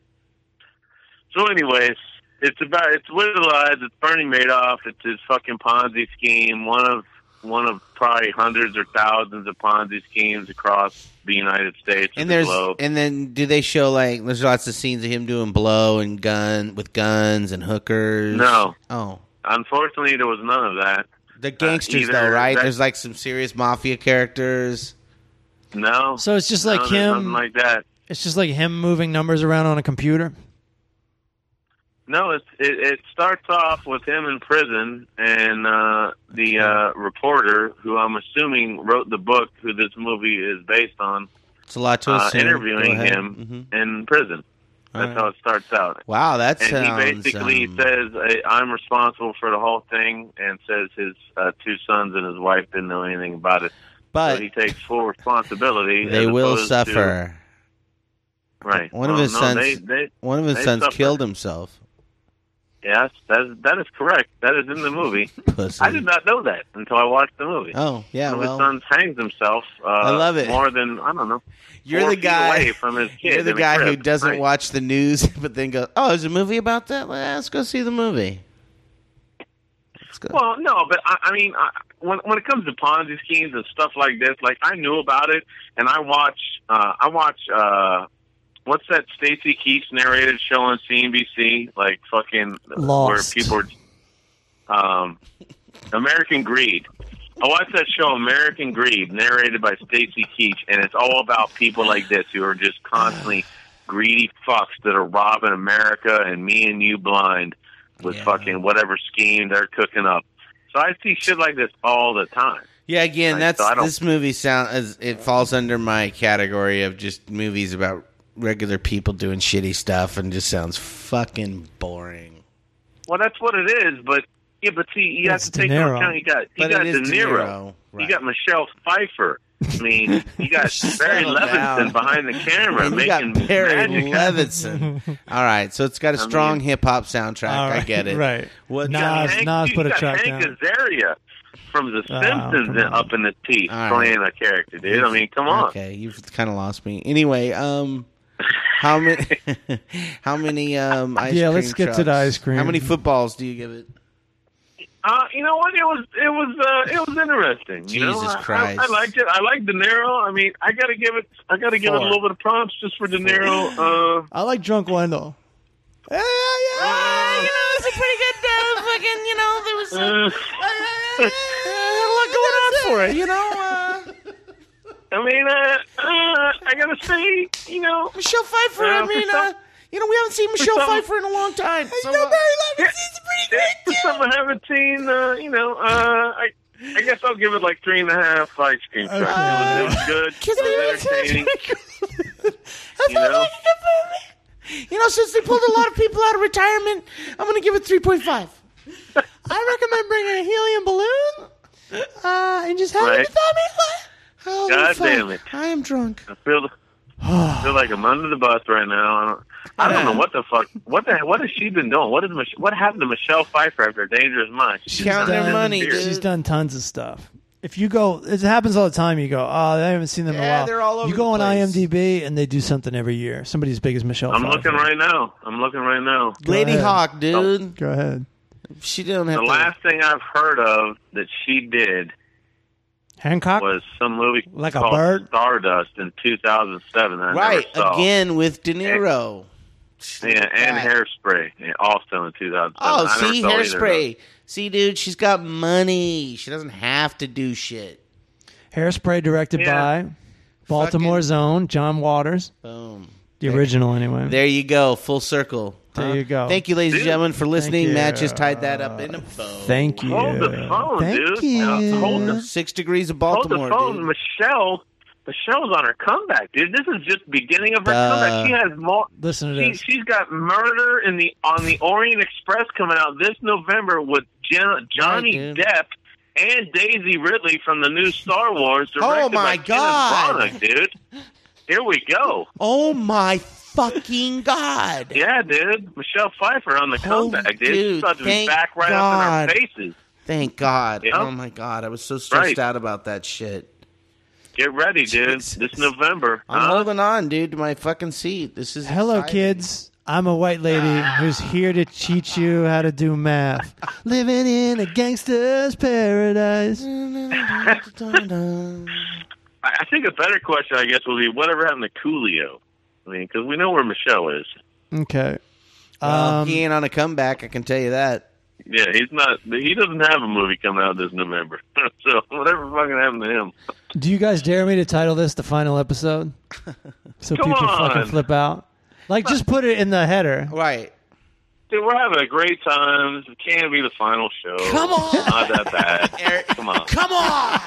So, anyways, it's about, it's Wizard Lies, it's Bernie Madoff, it's his fucking Ponzi scheme, one of, one of probably hundreds or thousands of Ponzi schemes across the United States and, and the there's globe. and then do they show like there's lots of scenes of him doing blow and gun with guns and hookers? No. Oh, Unfortunately, there was none of that. the gangsters though, either right? that- there's like some serious mafia characters. No. So it's just like no, there's him- Nothing like that. It's just like him moving numbers around on a computer. No, it's, it, it starts off with him in prison and uh, the uh, reporter, who I'm assuming wrote the book, who this movie is based on, It's a lot to uh, assume. Go interviewing ahead. Mm-hmm. him in prison. That's Alright. how it starts out. Wow, that And sounds. he basically um, says, "I- "I'm responsible for the whole thing," and says his uh, two sons and his wife didn't know anything about it. but so he takes full responsibility. *laughs* they as will opposed to- suffer. right. One of Well, his no, sons- They, they, One of his they sons suffer. killed himself. yes, that is, that is correct. That is in *laughs* the movie. Pussy. I did not know that until I watched the movie. Oh yeah, One of his well, sons hangs himself. Uh, I love it. More than I don't know. you're four the feet guy. away from his *laughs* kid. You're the in a guy who crib. doesn't Right. watch the news, *laughs* but then goes, "Oh, there's a movie about that. Let's go see the movie." Let's go. Well, no, but I, I mean, I, when when it comes to Ponzi schemes and stuff like this, like I knew about it, and I watch, uh, I watch, uh, what's that Stacy Keach narrated show on CNBC? Like fucking Lost. where people, are, um, American Greed. I watched that show American Greed, narrated by Stacy Keach, and it's all about people like this who are just *sighs* constantly greedy fucks that are robbing America and me and you blind with Yeah. fucking whatever scheme they're cooking up. So I see shit like this all the time. Yeah, again, Like, that's so I don't- this movie sound is it falls under my category of just movies about regular people doing shitty stuff and just sounds fucking boring. Well, that's what it is, but yeah, but see, you It's have De to take into Niro. account you got you But got it is De Niro, you right. got Michelle Pfeiffer. I mean, *laughs* you got Barry Settle down. Levinson behind the camera you got making Barry magic. Levinson. All right, so it's got a mean- strong hip hop soundtrack. All I right, get *laughs* it. Right. What- You got Nas, Hank- Nas you put a got track Hank down. Azaria from The Oh, Simpsons come on. up in the teeth All right. playing a character, dude. I mean, come on. Okay, you've kind of lost me. Anyway, um, how many? *laughs* how many? Um, ice Yeah, cream let's get to the trucks? ice cream. How many footballs do you give it? Uh, you know what? It was it was uh, it was interesting. you know? Jesus I- I- Christ. I, liked it. I liked De Niro. I mean, I gotta give it. I gotta give it a Four. little bit of props just for De Niro. Uh, I like drunk Wendell. Yeah, yeah, you know, it's a pretty good uh, fucking, you know, there was uh, a lot going on for it, you know. I mean, uh, uh, I gotta say, you know, Michelle Pfeiffer. Yeah, I mean, for some- uh, you know, we haven't seen Michelle some- Pfeiffer in a long time. So, uh, yeah, yeah, for some I haven't seen, uh, you know, uh, I. I guess I'll give it like three and a half ice cream trucks. Okay. it, was, it was good. Kiss me, It was kiss me, entertaining. *laughs* You sounds know? like a good movie. You know, since they pulled a lot of people out of retirement, I'm going to give it 3.5. I I recommend bringing a helium balloon uh, and just having Right. a family. Holy God fuck, damn it. I am drunk. I feel, I feel like I'm under the bus right now. I don't, I don't know what the fuck. What the? What has she been doing? What is Mich- What happened to Michelle Pfeiffer after Dangerous Mind? She's counting done her this money, beer. dude. She's done tons of stuff. If you go, it happens all the time. You go, oh, I haven't seen them in a Yeah, while. they're all over you go the on place. IMDb and they do something every year. Somebody as big as Michelle. I'm Pfeiffer. looking right now. I'm looking right now. Lady ahead. Oh, Hawk, dude. Go ahead. She don't have The to. last thing I've heard of that she did Hancock. was some movie Like a called bird? Stardust in 2007. that I Right never saw. again with De Niro. Yeah, and Right. hairspray. Yeah, also in 2007. Oh, I never see, saw either of those. hairspray. See, dude, she's got money. She doesn't have to do shit. Hairspray, directed Yeah. by Baltimore's own John Waters, Boom. the original anyway. There you go. Full circle. There you go. Thank you, ladies and Dude. gentlemen, for listening. you. Matt just tied that up in a bow. Thank you. Hold the phone, Thank dude. you. Now, hold the Six degrees of Hold Oh, the Baltimore. phone, dude. Michelle. Michelle's on her comeback, dude. This is just the beginning of her Duh. comeback. She has more. Listen to She, this. she's got murder in the on the Orient Express coming out this November with Jen, Johnny Right, dude. Depp and Daisy Ridley from the new Star Wars. Directed Oh, my by Kenneth God. Branagh, dude! Here we go. Oh my fucking god! Yeah, dude. Michelle Pfeiffer on the Oh, comeback, dude. dude, She's about to be thank back right up God. in our faces. Thank God. Yeah. Oh my god, I was so stressed Right. out about that shit. Get ready, dude. Jesus. This November. I'm huh? holding on, dude, to my fucking seat. This is Hello, exciting. kids. I'm a white lady who's here to teach you how to do *laughs* math. Living in a gangster's paradise. I I think a better question, I guess, would be whatever happened to Coolio. I mean, because we know where Michelle is. Okay. *laughs* Well, Um, he ain't on a comeback. I can tell you that. Yeah, he's not. He doesn't have a movie coming out this November. *laughs* so whatever fucking happened to him. do you guys dare me to title this the final *laughs* episode? So Come people on. fucking flip out. Like, just put it in the header. Right. Dude, we're having a great time. This can't be the final show. Come on. not *laughs* that bad. Eric. Come on. Come on!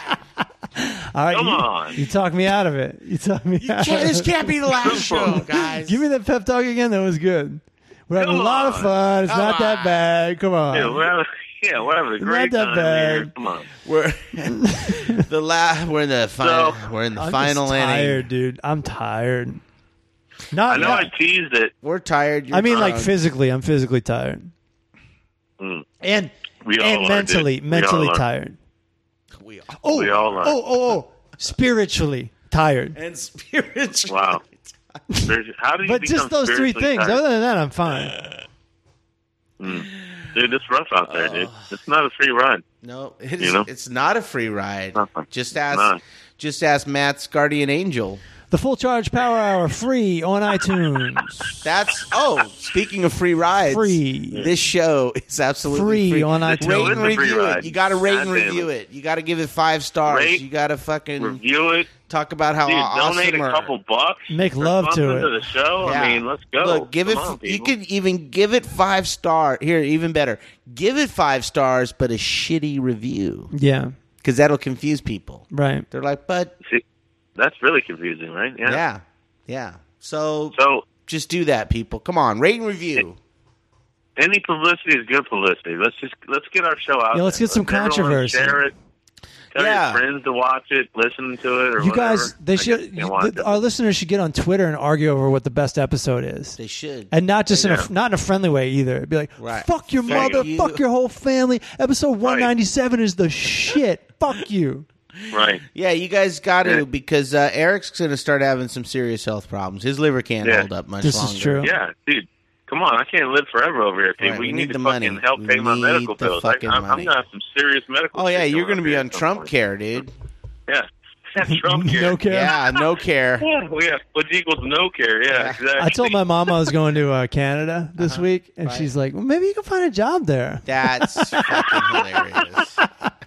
All right, Come you, on. you talk me out of it. You talk me out. Can't- of *laughs* *laughs* this it. can't be the last show, guys. Give me that pep talk again. That was good. We're having a Come lot of on. fun. It's Come not that on. bad. Come on. Yeah, we're having, yeah, we're having a great that time bad. here. Come on. *laughs* we're the la- We're in the final. So- we're in the I'm final just inning. tired, dude. I'm tired. Not. I know not- I teased it. We're tired. You're I mean, Uh, like drunk. physically, I'm physically tired, and Mm. We all and are, mentally, dude. We mentally all are. tired. We- Oh, We all are. oh, oh, oh, spiritually tired. and spiritually. *laughs* Wow. There's- How do you But just become those three spiritually things. tired? Other than that, I'm fine. Dude, it's rough out there, dude. It's not a free ride. No, it is, You know? it's not a free ride. Nothing. Just ask, None. just ask Matt's guardian angel. The full charge power hour free *laughs* on iTunes. That's oh. Speaking of free rides, Free. This show is absolutely Free free, on Rate iTunes. It's and a free review it. ride. You got to rate and God damn review it. it. You got to give it five stars. Rate, you got to fucking Review it. talk about how Dude, Mm. awesome. donate or- a couple bucks. Make or love to something it. the show. Yeah. I mean, let's go. Look, give Come it. on, you people. could even give it five star. Here, even better. Give it five stars, but a shitty review Yeah, because that'll confuse people. right. They're like, but See, that's really confusing, right? Yeah. yeah, yeah. So So just do that, people. Come on, rate and review. any publicity is good publicity. Let's just let's get our show out. Yeah, let's there. get some Let everyone controversy. Share it. Tell Yeah. your friends to watch it, listen to it, or You whatever. guys, they I should. guess they want th- uh, it. our listeners should get on Twitter and argue over what the best episode is, They should. and not just in Yeah. a not in a friendly way either. Be like, Right. "Fuck your Fuck mother, you. fuck your whole family." Episode one ninety seven is the shit. fuck you. right. yeah, you guys got to Yeah. because uh, Eric's going to start having some serious health problems. His liver can't Yeah. hold up much This longer. is true. Yeah, dude. Come on, I can't live forever over here, dude. Right, we, we need need, to the fucking money. help We pay my need medical the bills. fucking I, I'm, money. I'm gonna have some serious medical. Oh yeah, shit you're going going to be here on at some Trump point. care, dude. *laughs* Yeah, *laughs* Trump care. *laughs* No care. Yeah, *laughs* no care. Yeah, well, yeah, which equals no care. Yeah, exactly. I told my mom I was going to uh, Canada this week, and Uh-huh. Right. she's like, well, "Maybe you can find a job there." That's fucking hilarious. *laughs*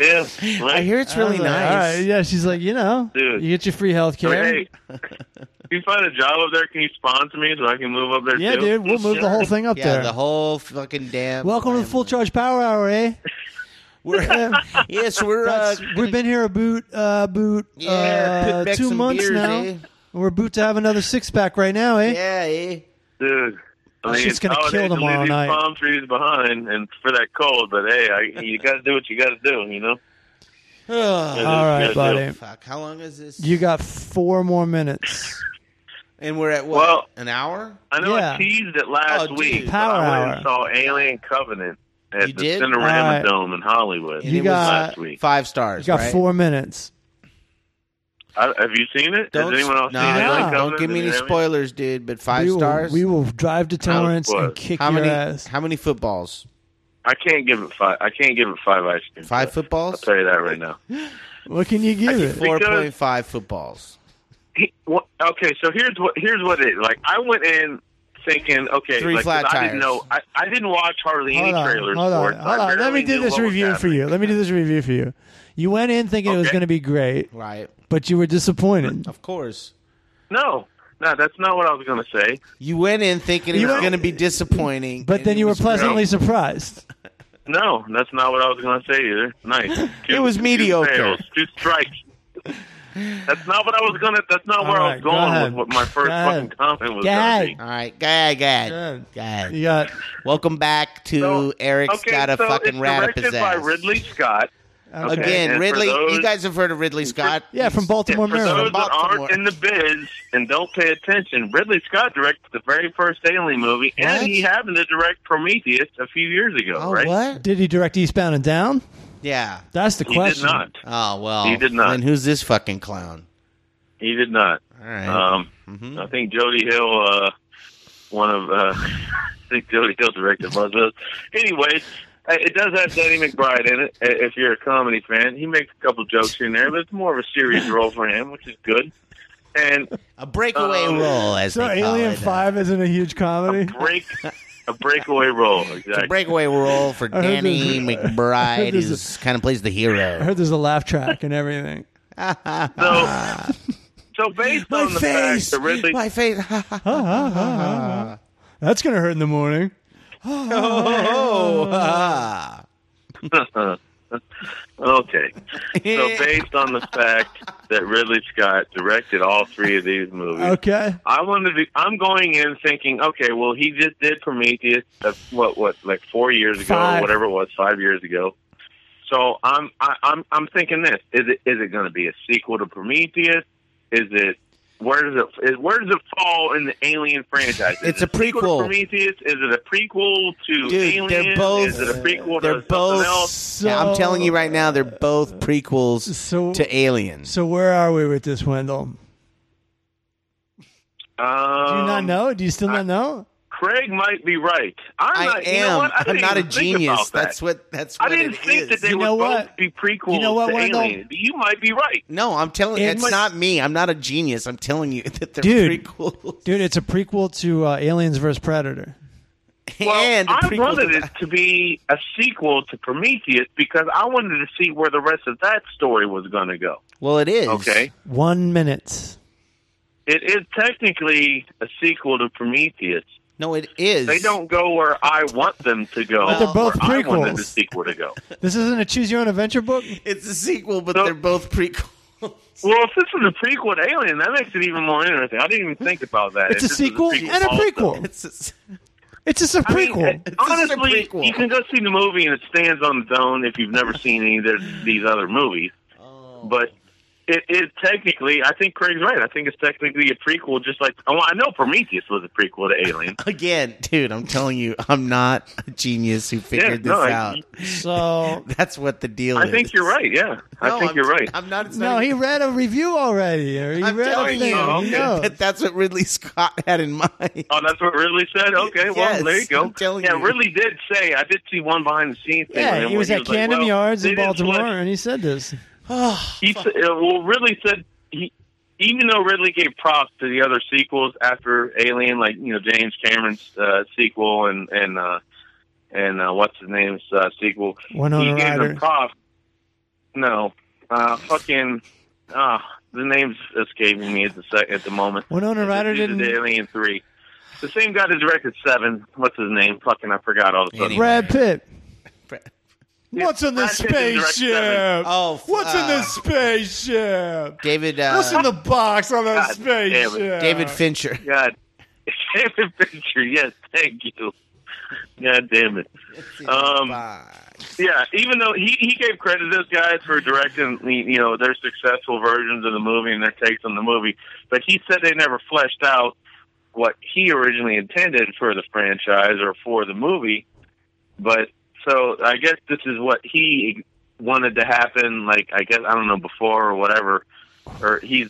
Yeah, I hear it's *laughs* really I was like, nice. All right, yeah. She's like, you know, Dude. you get your free health I care. mean, hey, *laughs* if you find a job up there, can you sponsor me so I can move up there yeah, too? dude, we'll move the whole thing up Yeah, there. the whole fucking damn. Welcome to the full charge power hour, eh? *laughs* We're, Yeah. yes, we're uh, That's- we've been here a boot, uh, boot, Yeah, uh, put back two some months beers, now. eh? We're boot to have another six pack right now, eh? yeah. eh? Dude, I That mean, shit's gonna kill nowadays, you tomorrow leave night. These palm trees behind, and for that cold, but hey, I, you got to do what you got to do. You know. *sighs* Ugh, All Yeah, right, dude. buddy. eh? fuck. How long is this? You got four more minutes. and we're at what? Well- an hour? I know Yeah. I teased it last Oh, dude. week. but Power I went and saw hour. Alien Covenant at You the did? All Cinerama right. Dome in Hollywood You it was got- last week. Five stars. You got right? four minutes. I, have you seen it? Don't, Has anyone else no, seen no, Alien it? don't, Like, Covenant? give me Did any you have spoilers, dude. But five we will, stars. We will drive to Torrance what? and kick how your many? ass. How many footballs? I can't give it five. I can't give it five ice cream. Five trucks. footballs. I'll tell you that right now. What can you give it? Four point five footballs. He, well, okay, so here's what here's what it like. I went in thinking, okay, Three like, 'cause flat I tires. didn't know. I, I didn't watch hardly Hold any on, trailers hold for on, it. so hold I on. Let barely me do knew this what was review for happening. you. Let me do this review for you. You went in thinking it was Okay. going to be great, Right. but you were disappointed. Of course. No, no, that's not what I was going to say. You went in thinking it You was went- going to be disappointing, But and then it you were was pleasantly great. surprised. No, that's not what I was going to say either. *laughs* Nice. Two- was two mediocre. fails, Two strikes. That's not what I was gonna. That's not All where I right, was go going ahead. with what my first Go ahead. fucking comment was. Go gonna be. ahead. All right, guy, guy, Good. guy. You got Welcome back to So- Eric's okay, got a so fucking it's rat up directed his ass. by Ridley Scott. okay. Again, And for Ridley. you those- guys have heard of Ridley Scott? uh, Yeah, from Baltimore, And for Maryland. those that Baltimore. aren't in the biz and don't pay attention, Ridley Scott directed the very first Alien movie, What? and he happened to direct Prometheus a few years ago, Oh, right? what? Did he direct Eastbound and Down? Yeah. That's the He question. did not. Oh well. He did not. Then who's this fucking clown? He did not. All right. Um, Mhm. I think Jody Hill, uh, one of, uh, *laughs* I think Jody Hill directed most of those. Anyways, uh, it does have Danny McBride in it. uh, If you're a comedy fan, he makes a couple jokes here and there, but it's more of a serious role for him, which is good. And a breakaway um, role, as So they call Alien it. Five isn't a huge a comedy. break, a breakaway role. *laughs* It's a Exactly. breakaway role for *laughs* I heard Danny there's- I McBride, heard there's *laughs* who's kind of plays the I hero. heard there's a laugh track and everything. *laughs* So, so based My on the face, fact that Ridley, my face. *laughs* That's gonna hurt in the *laughs* morning. *laughs* oh, uh, okay, so *laughs* based on the fact that Ridley Scott directed all three of these movies, Okay. I wanted to. I'm going in thinking, okay, well, he just did Prometheus. Uh, what, what, like four years ago, Five. or whatever it was, five years ago. So I'm, I, I'm, I'm thinking this: is it, is it going to be a sequel to Prometheus? Is it? Where does it? Is, where does it fall in the Alien franchise? Is It's it a sequel to prequel. Prometheus. Is it a prequel to dude, Alien? they're both. Is it a prequel They're to both. something else? So- I'm telling you right now, they're both prequels So- to aliens. So where are we with this, Wendell? Do you Um, not know? Do you still not know? Craig might be right. I'm I not, You know am. what? I I'm didn't not a even think about genius. that. That's what. That's I what didn't it think is. that they You would know both what? be prequels You know what, to Wendell? Alien. You might be right. No, I'm telling. It It's might- not me. I'm not a genius. I'm telling you *laughs* that they're Dude. prequels. Dude, it's a prequel to uh, Aliens vs. Predator. *laughs* Well, and a I prequel wanted to- it to be a sequel to Prometheus because I wanted to see where the rest of that story was going to go. Well, it is. Okay, One minute. it is technically a sequel to Prometheus. No, it is. They don't go where I want them to go. But they're both where I wanted the prequels. sequel to go. This isn't a choose your own adventure book. It's a sequel, but So- they're both prequels. Well, if this is a prequel to Alien, that makes it even more interesting. I didn't even think about that. It's a If this was sequel and a also. prequel. *laughs* It's a s- It's just a I *laughs* mean, prequel. uh, It's just a honestly, prequel. you can go see the movie and it stands on its own if you've never seen any of their- these other movies. Oh. But it is technically, I think Craig's right. I think it's technically a prequel, just like oh, I know Prometheus was a prequel *laughs* to Alien. again, dude. I'm telling you, I'm not a genius who figured this no, I- *laughs* out. so That's what the deal is. I think you're right. Yeah, I No, think I'm- you're right. I'm not. It's no, not he read a review already. Or he I'm read a telling thing. you *laughs* Oh, He okay. knows. that that's what Ridley Scott had in *laughs* mind. *sighs* Oh, that's what Ridley said. Okay, Yes, well there you go. I'm telling yeah, you. Ridley did say. I did see one behind the scenes thing. with Yeah, him he where was at like, Camden well, Yards they in didn't Baltimore, flesh and he said this. Oh, He s- uh, well, Ridley said he, even though Ridley gave props to the other sequels after Alien, like you know James Cameron's uh, sequel and and uh, and uh, what's his name's uh, sequel, Winona he gave Ryder. them props. No, uh, fucking, uh, the name's escaping me at the sec- at the moment. Winona It's Ryder the dude that did didn't- Alien three. The same guy that directed Seven. What's his name? Fucking, I forgot all of a sudden. Anyway. Brad Pitt. Brad- What's in this Brad Pitt didn't direct spaceship? Seven. Oh, f- What's in uh, this spaceship? David. Uh, What's in the box on that God damn it. spaceship? *laughs* David Fincher. God. *laughs* favorite picture. Yes, thank you. God damn it. Um, yeah, even though he, he gave credit to those guys for directing, you know, their successful versions of the movie and their takes on the movie, but he said they never fleshed out what he originally intended for the franchise or for the movie. But so I guess this is what he wanted to happen. Like I guess I don't know before or whatever, or he's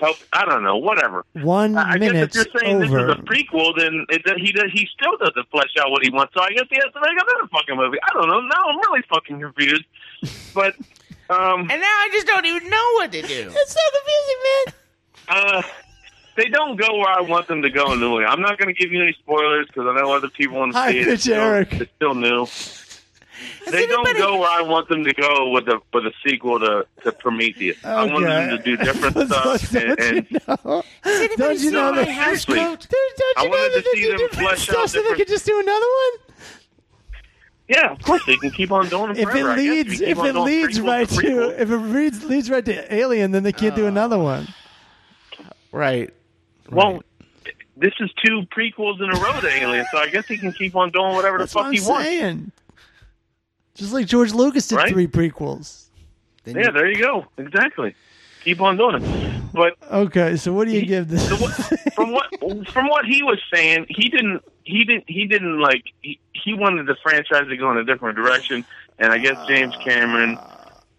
helped. I don't know whatever. One I guess if minute's you're saying over. this is a prequel, then it, he does, he still doesn't flesh out what he wants. So I guess he has to make another fucking movie. I don't know. Now I'm really fucking confused. But um, And now I just don't even know what to do. uh, they don't go where I want them to go in the movie. I'm not going to give you any spoilers because I know other people want to High see it. pitch It's still- Eric. It's still new. They don't go where I want them to go with the with a sequel to, to Prometheus. I want them to *laughs* do different stuff, and, and Don't you know my that- house Don't- coat? don't I you know wanted to that they see do them different flesh out stuff so they different- could just do another one? yeah, of course they can keep on doing it. if forever, I it guess, leads you keep if on it doing leads prequel right prequel. Uh, to if it leads leads right to alien then they can't do another one Right. well, this is two prequels in a row to Alien, so I guess he can keep on doing whatever the that's fuck what i'm he wants. saying just like george lucas did Right? three prequels Then Yeah, you- there you go. Exactly. Keep on doing it. But okay so what do you He- give this *laughs* the, what- from what from what he was saying, he didn't he didn't he didn't like he, he wanted the franchise to go in a different direction, and I guess James Cameron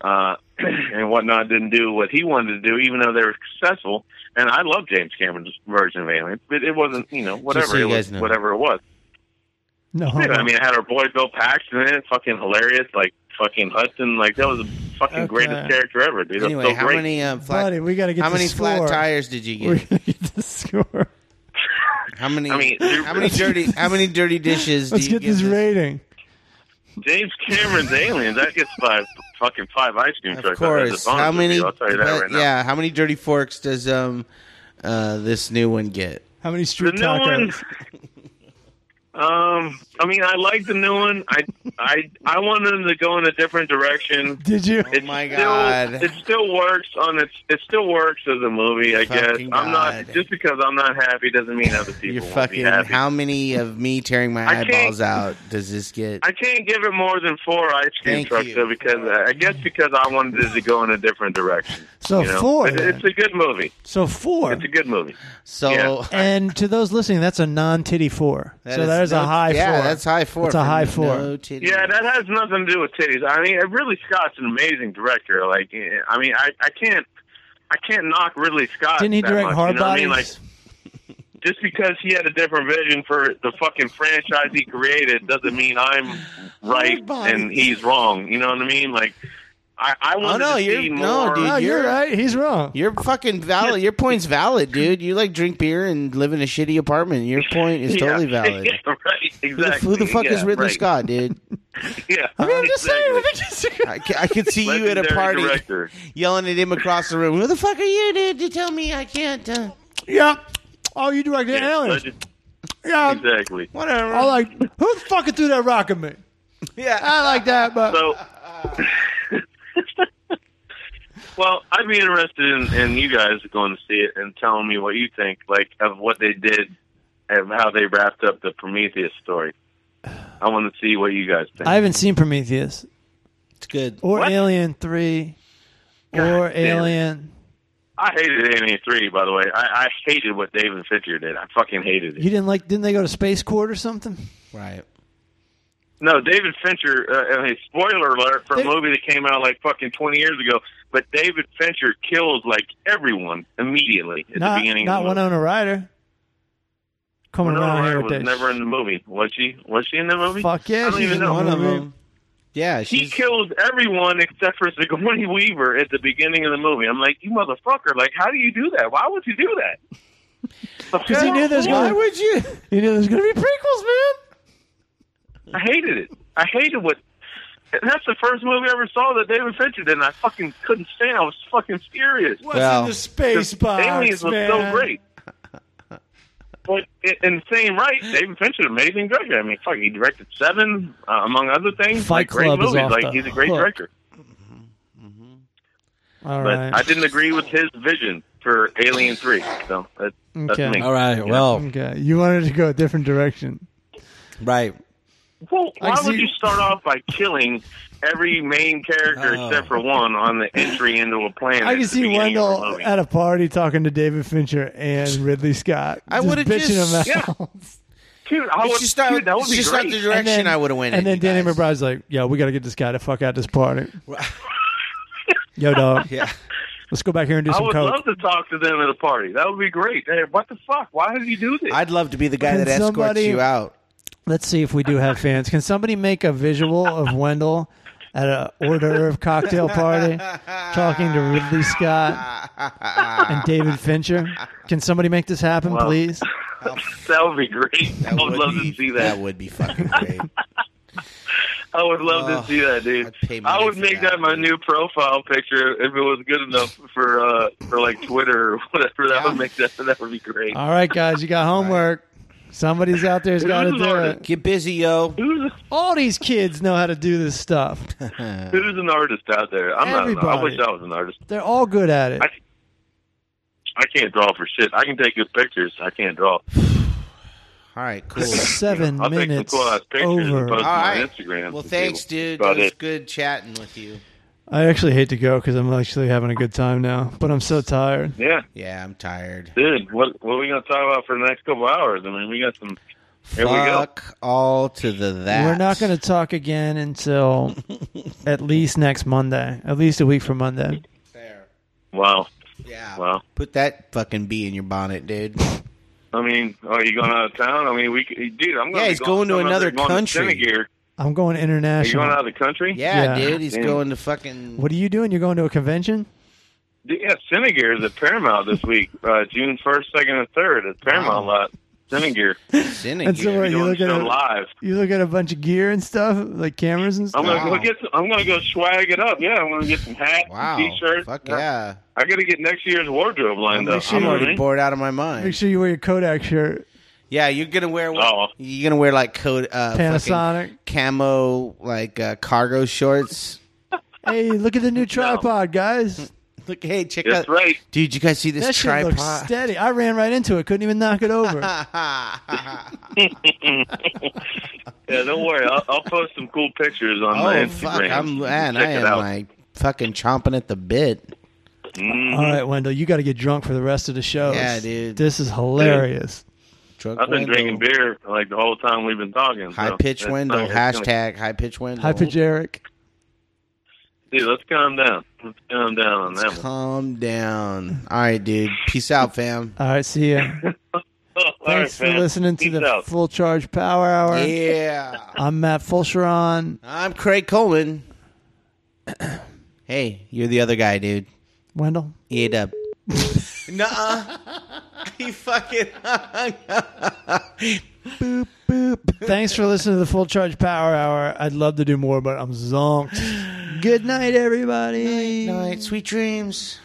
uh, *clears throat* and whatnot didn't do what he wanted to do, even though they were successful. And I love James Cameron's version of Alien, but it wasn't you know whatever you it was guys know. whatever it was. no Yeah, Oh. I mean, I had our boy Bill Paxton in it, fucking hilarious, like fucking Hudson, like that was the fucking Okay. greatest character ever, dude. That was Anyway, so how great. many uh, flat? buddy we gotta get how the many score. flat tires did you we're get? gonna get the score How many? I mean, how many dirty? How many dirty dishes? let's do you get this give rating James Cameron's Aliens. That gets five fucking five ice cream Of trucks. out there. It's course. a bonus How many? review, I'll tell you that but- right now. yeah. How many dirty forks does um uh this new one get? how many The street new tacos one. *laughs* Um, I mean, I like the new one. I I I want them to go in a different direction. did you It's Oh my still, God. It still works on its. It still works as a movie. I guess Fucking I'm not God. just because I'm not happy doesn't mean other people You're won't fucking. be happy. How many of me tearing my I can't- eyeballs out does this get? I can't give it more than four ice cream Thank trucks you. though, because I guess because I wanted it to go in a different direction. so you know? four It- then. it's a good movie. so four It's a good movie. so yeah. and to those listening that's a non-titty four that so is that is a no- high yeah, four that's high four. It's a for high no four. titty. Yeah, that has nothing to do with titties. I mean, really, Scott's an amazing director. Like, eh, I mean, I, I can't, I can't knock Ridley Scott. didn't he that direct much, hard you know what I mean? Like, bodies just because he had a different vision for the fucking franchise he created doesn't mean I'm right Hard Bodies. Oh, and he's wrong. You know what I mean? Like, I, I wanted no, to you're- see no, more. dude, no Oh, you're you're- right he's wrong Your fucking valid. Your point's *laughs* valid, dude. You like drink beer and live in a shitty apartment. Your point is totally *laughs* Yeah. valid. yeah, right. Exactly. Who the fuck yeah, is Ridley right. Scott, *laughs* dude? Yeah. I mean, I'm just saying. I exactly. think it's- I, ca- I could see you at a Legendary party *laughs* Director. yelling at him across the room. Who the fuck are you, dude? You tell me I can't. Uh, *laughs* Yeah. Oh, you directed Yeah, Aliens. legend- Yeah. Exactly. whatever. I like who the fucking threw that rock at me? yeah. I like that, but So, *laughs* well, I'd be interested in, in you guys going to see it and telling me what you think, like of what they did and how they wrapped up the Prometheus story. I want to see what you guys think. I haven't seen Prometheus It's good. or What? Alien Three or God damn it. Alien. I hated Alien Three, by the way. I, I hated what David Fincher did. I fucking hated it. You didn't like? Didn't they go to space court or something? Right. No, David Fincher. Uh, I mean, spoiler alert for a They- movie that came out like fucking twenty years ago. But David Fincher kills like everyone immediately at the not beginning. not of the movie. Winona Ryder. Coming Winona around Ryder here was with that. never in the movie. Was she? Was she in the movie? Fuck yeah, I don't she's even in the know. One of movie. them. Yeah, He she's kills everyone except for Sigourney Weaver at the beginning of the movie. I'm like, you motherfucker! Like, how do you do that? Why would you do *laughs* that? Because he knew there's Why going. would you? You knew there's going to be prequels, man. I hated it. I hated what. and That's the first movie I ever saw that David Fincher did, and I fucking couldn't stand. it. I was fucking furious. What's Well, in the space box, Aliens was man? so great. But i- in the same right, David Fincher, an amazing director. I mean, fuck, he directed Seven, uh, among other things. Fight like, great Club is movies. off like the he's a great hook. director. All But right. I didn't agree with his vision for Alien Three. So that, that's Okay. me. All Well, All right. Well, Okay, you wanted to go a different direction. right. why I see- would you start off by killing every main character Oh. except for one on the entry into a planet? I can at the see beginning of a Wendell movie? at a party talking to David Fincher and Ridley Scott. I just would've bitching just- him out. Yeah. *laughs* Oh, Dude, I It's would, just dude, not, that would it's be just not great. the direction And then- I would have went. And in, then Danny you guys. McBride's like, "Yo, we got to get this guy to fuck out this party." Yo, dog, Yeah. let's go back here and do I some would coke. love to talk to them at a party. That would be great. Hey, what the fuck? Why did you do this? I'd love to be the guy Can that escorts somebody- you out. Let's see if we do have fans. Can somebody make a visual of Wendell at a hors d'oeuvre cocktail party talking to Ridley Scott and David Fincher? Can somebody make this happen, Well, please? *laughs* that would be great. I would love be, to see that. would be fucking *laughs* great. I would love Oh, to see that, dude. I'd pay money I would for make that, that, my dude. new profile picture if it was good enough for uh for like Twitter or whatever. That would make that that would be great. All right, guys, you got homework. Somebody's out there's got to Who's do learning? it. Get busy, yo. Who's All these kids know how to do this stuff. who's an artist out there? I'm not. an- I Everybody. wish I was an artist. They're all good at it. I, I can't draw for shit. I can take good pictures. I can't draw. All right, cool. Seven I'll take some minutes cool ass pictures and post over. them All on right. Instagram. Well, to thanks, people. dude. It About was it. good chatting with you. I actually hate to go because I'm actually having a good time now, but I'm so tired. Yeah. Yeah, I'm tired. Dude, what what are we gonna talk about for the next couple hours? I mean, we got some. Here we go. Fuck all to the that. We're not going to talk again *laughs* until at least next Monday, at least a week from Monday. There. Wow, Yeah. wow. Put that fucking bee in your *laughs* bonnet, dude. I mean, are you going out of town? I mean, we, c- dude, I'm going. Yeah, he's going to another country. Senegal. I'm going Are you going international. out of the country? Yeah, Yeah. dude. He's Damn. going to fucking. What are you doing? You're going to a convention? D- yeah. Senegal is at Paramount this week, uh, June first, second, and third at Paramount lot. Senegal. Sinning And so here. what, you Doing look at a, show live. you look at a bunch of gear and stuff, like cameras and I'm stuff. gonna Wow. go get. Some, I'm gonna go swag it up. Yeah, I'm gonna get some hats, Wow. t-shirts. Fuck yeah. I gotta get next year's wardrobe lined Make up. sure You I'm know you- what I already mean? bored out of my Make mind. sure you wear your Kodak shirt, Yeah, you're gonna wear what? Oh. You're gonna wear like coat, uh, Panasonic. fucking camo, like uh, cargo shorts. Hey, look at *laughs* the new tripod, guys. Look, hey, check That's out, right. dude. You guys see this That shit tripod? looks steady. I ran right into it. Couldn't even knock it *laughs* over. *laughs* Yeah, don't worry. I'll, I'll post some cool pictures on my oh Instagram. fuck! I'm man, Check I it am out. like fucking chomping at the bit. Mm-hmm. All right, Wendell, you got to get drunk for the rest of the show. Yeah, dude. This is hilarious. Drunk I've been Wendell. drinking beer like the whole time we've been talking. so High pitch it's Wendell not- it's gonna- hashtag high pitch Wendell. Hypergeric. Dude, let's calm down. Let's calm down on that one. *laughs* Calm down. All right, dude. Peace out, fam. All right, see *laughs* ya. All right, Thanks for man. listening to Peace the out. Full Charge Power Hour. Yeah. I'm Matt Fulcheron. I'm Craig Coleman. hey, you're the other guy, dude. Wendell. Yeah, *laughs* dub. Nuh-uh. *laughs* He fucking hung up. boop boop. Thanks for listening to the Full Charge Power Hour. I'd love to do more, but I'm zonked. Good night, everybody. Night, sweet dreams.